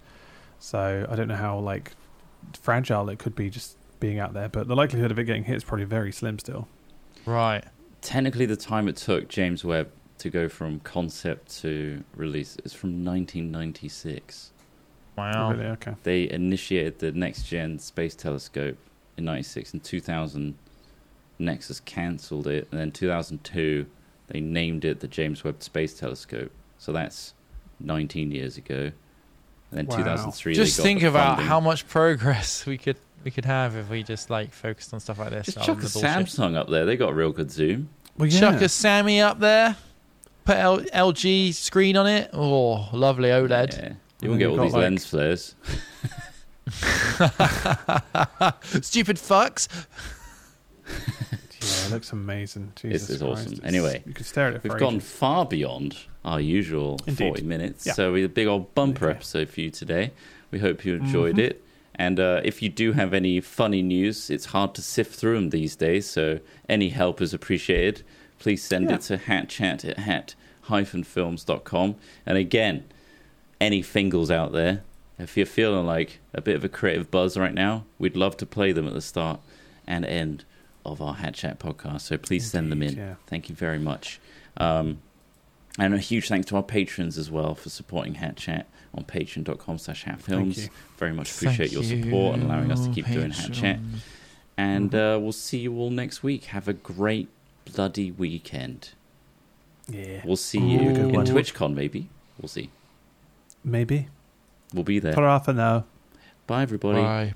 So I don't know how like fragile it could be just being out there, but the likelihood of it getting hit is probably very slim still.
Right.
Technically, the time it took James Webb to go from concept to release is from 1996. Oh.
Wow.
Really, okay.
they initiated the next gen space telescope in 96 and 2000 nexus cancelled it and then 2002 they named it the james webb space telescope so that's 19 years ago and then
Wow.
2003 they
Just
got
think
the
about
funding.
how much progress we could we could have if we just like focused on stuff like this.
just
rather
chuck
than
a
the bullshit.
samsung up there they got real good zoom
Well, yeah.
Chuck a Sammy up there. Put L- LG screen on it. Oh, lovely OLED.
yeah.
then
you won't get
you've
all
got,
these
like-
lens flares
Stupid fucks.
Yeah, it looks amazing. Jesus
is
Christ.
awesome.
It's-
Anyway,
you could stare at it.
We've
for
gone
ages.
far beyond our usual
Indeed.
40 minutes.
Yeah.
So, we had a big old bumper
Okay. Mm-hmm.
episode for you today. We hope you enjoyed it. And uh, if you do have any funny news, it's hard to sift through them these days. So, any help is appreciated. Please send
Yeah.
it to hatchat at hat films.com. And again, any fingals out there, if you're feeling like a bit of a creative buzz right now, we'd love to play them at the start and end of our Hat Chat podcast. So please send them in.
Indeed, yeah.
Thank you very much. Um, and a huge thanks to our patrons as well for supporting Hat Chat on patreon.com slash
Thank
hatfilms.
you.
Very much appreciate your
Thank
support and allowing us to keep doing Hat Chat.
Patreon.
And
Mm-hmm.
uh, we'll see you all next week. Have a great bloody weekend.
Yeah.
We'll see
Ooh,
you
good
in
one.
TwitchCon maybe. We'll see.
Maybe.
We'll be there.
Ta-ra for now.
Bye everybody.
Bye.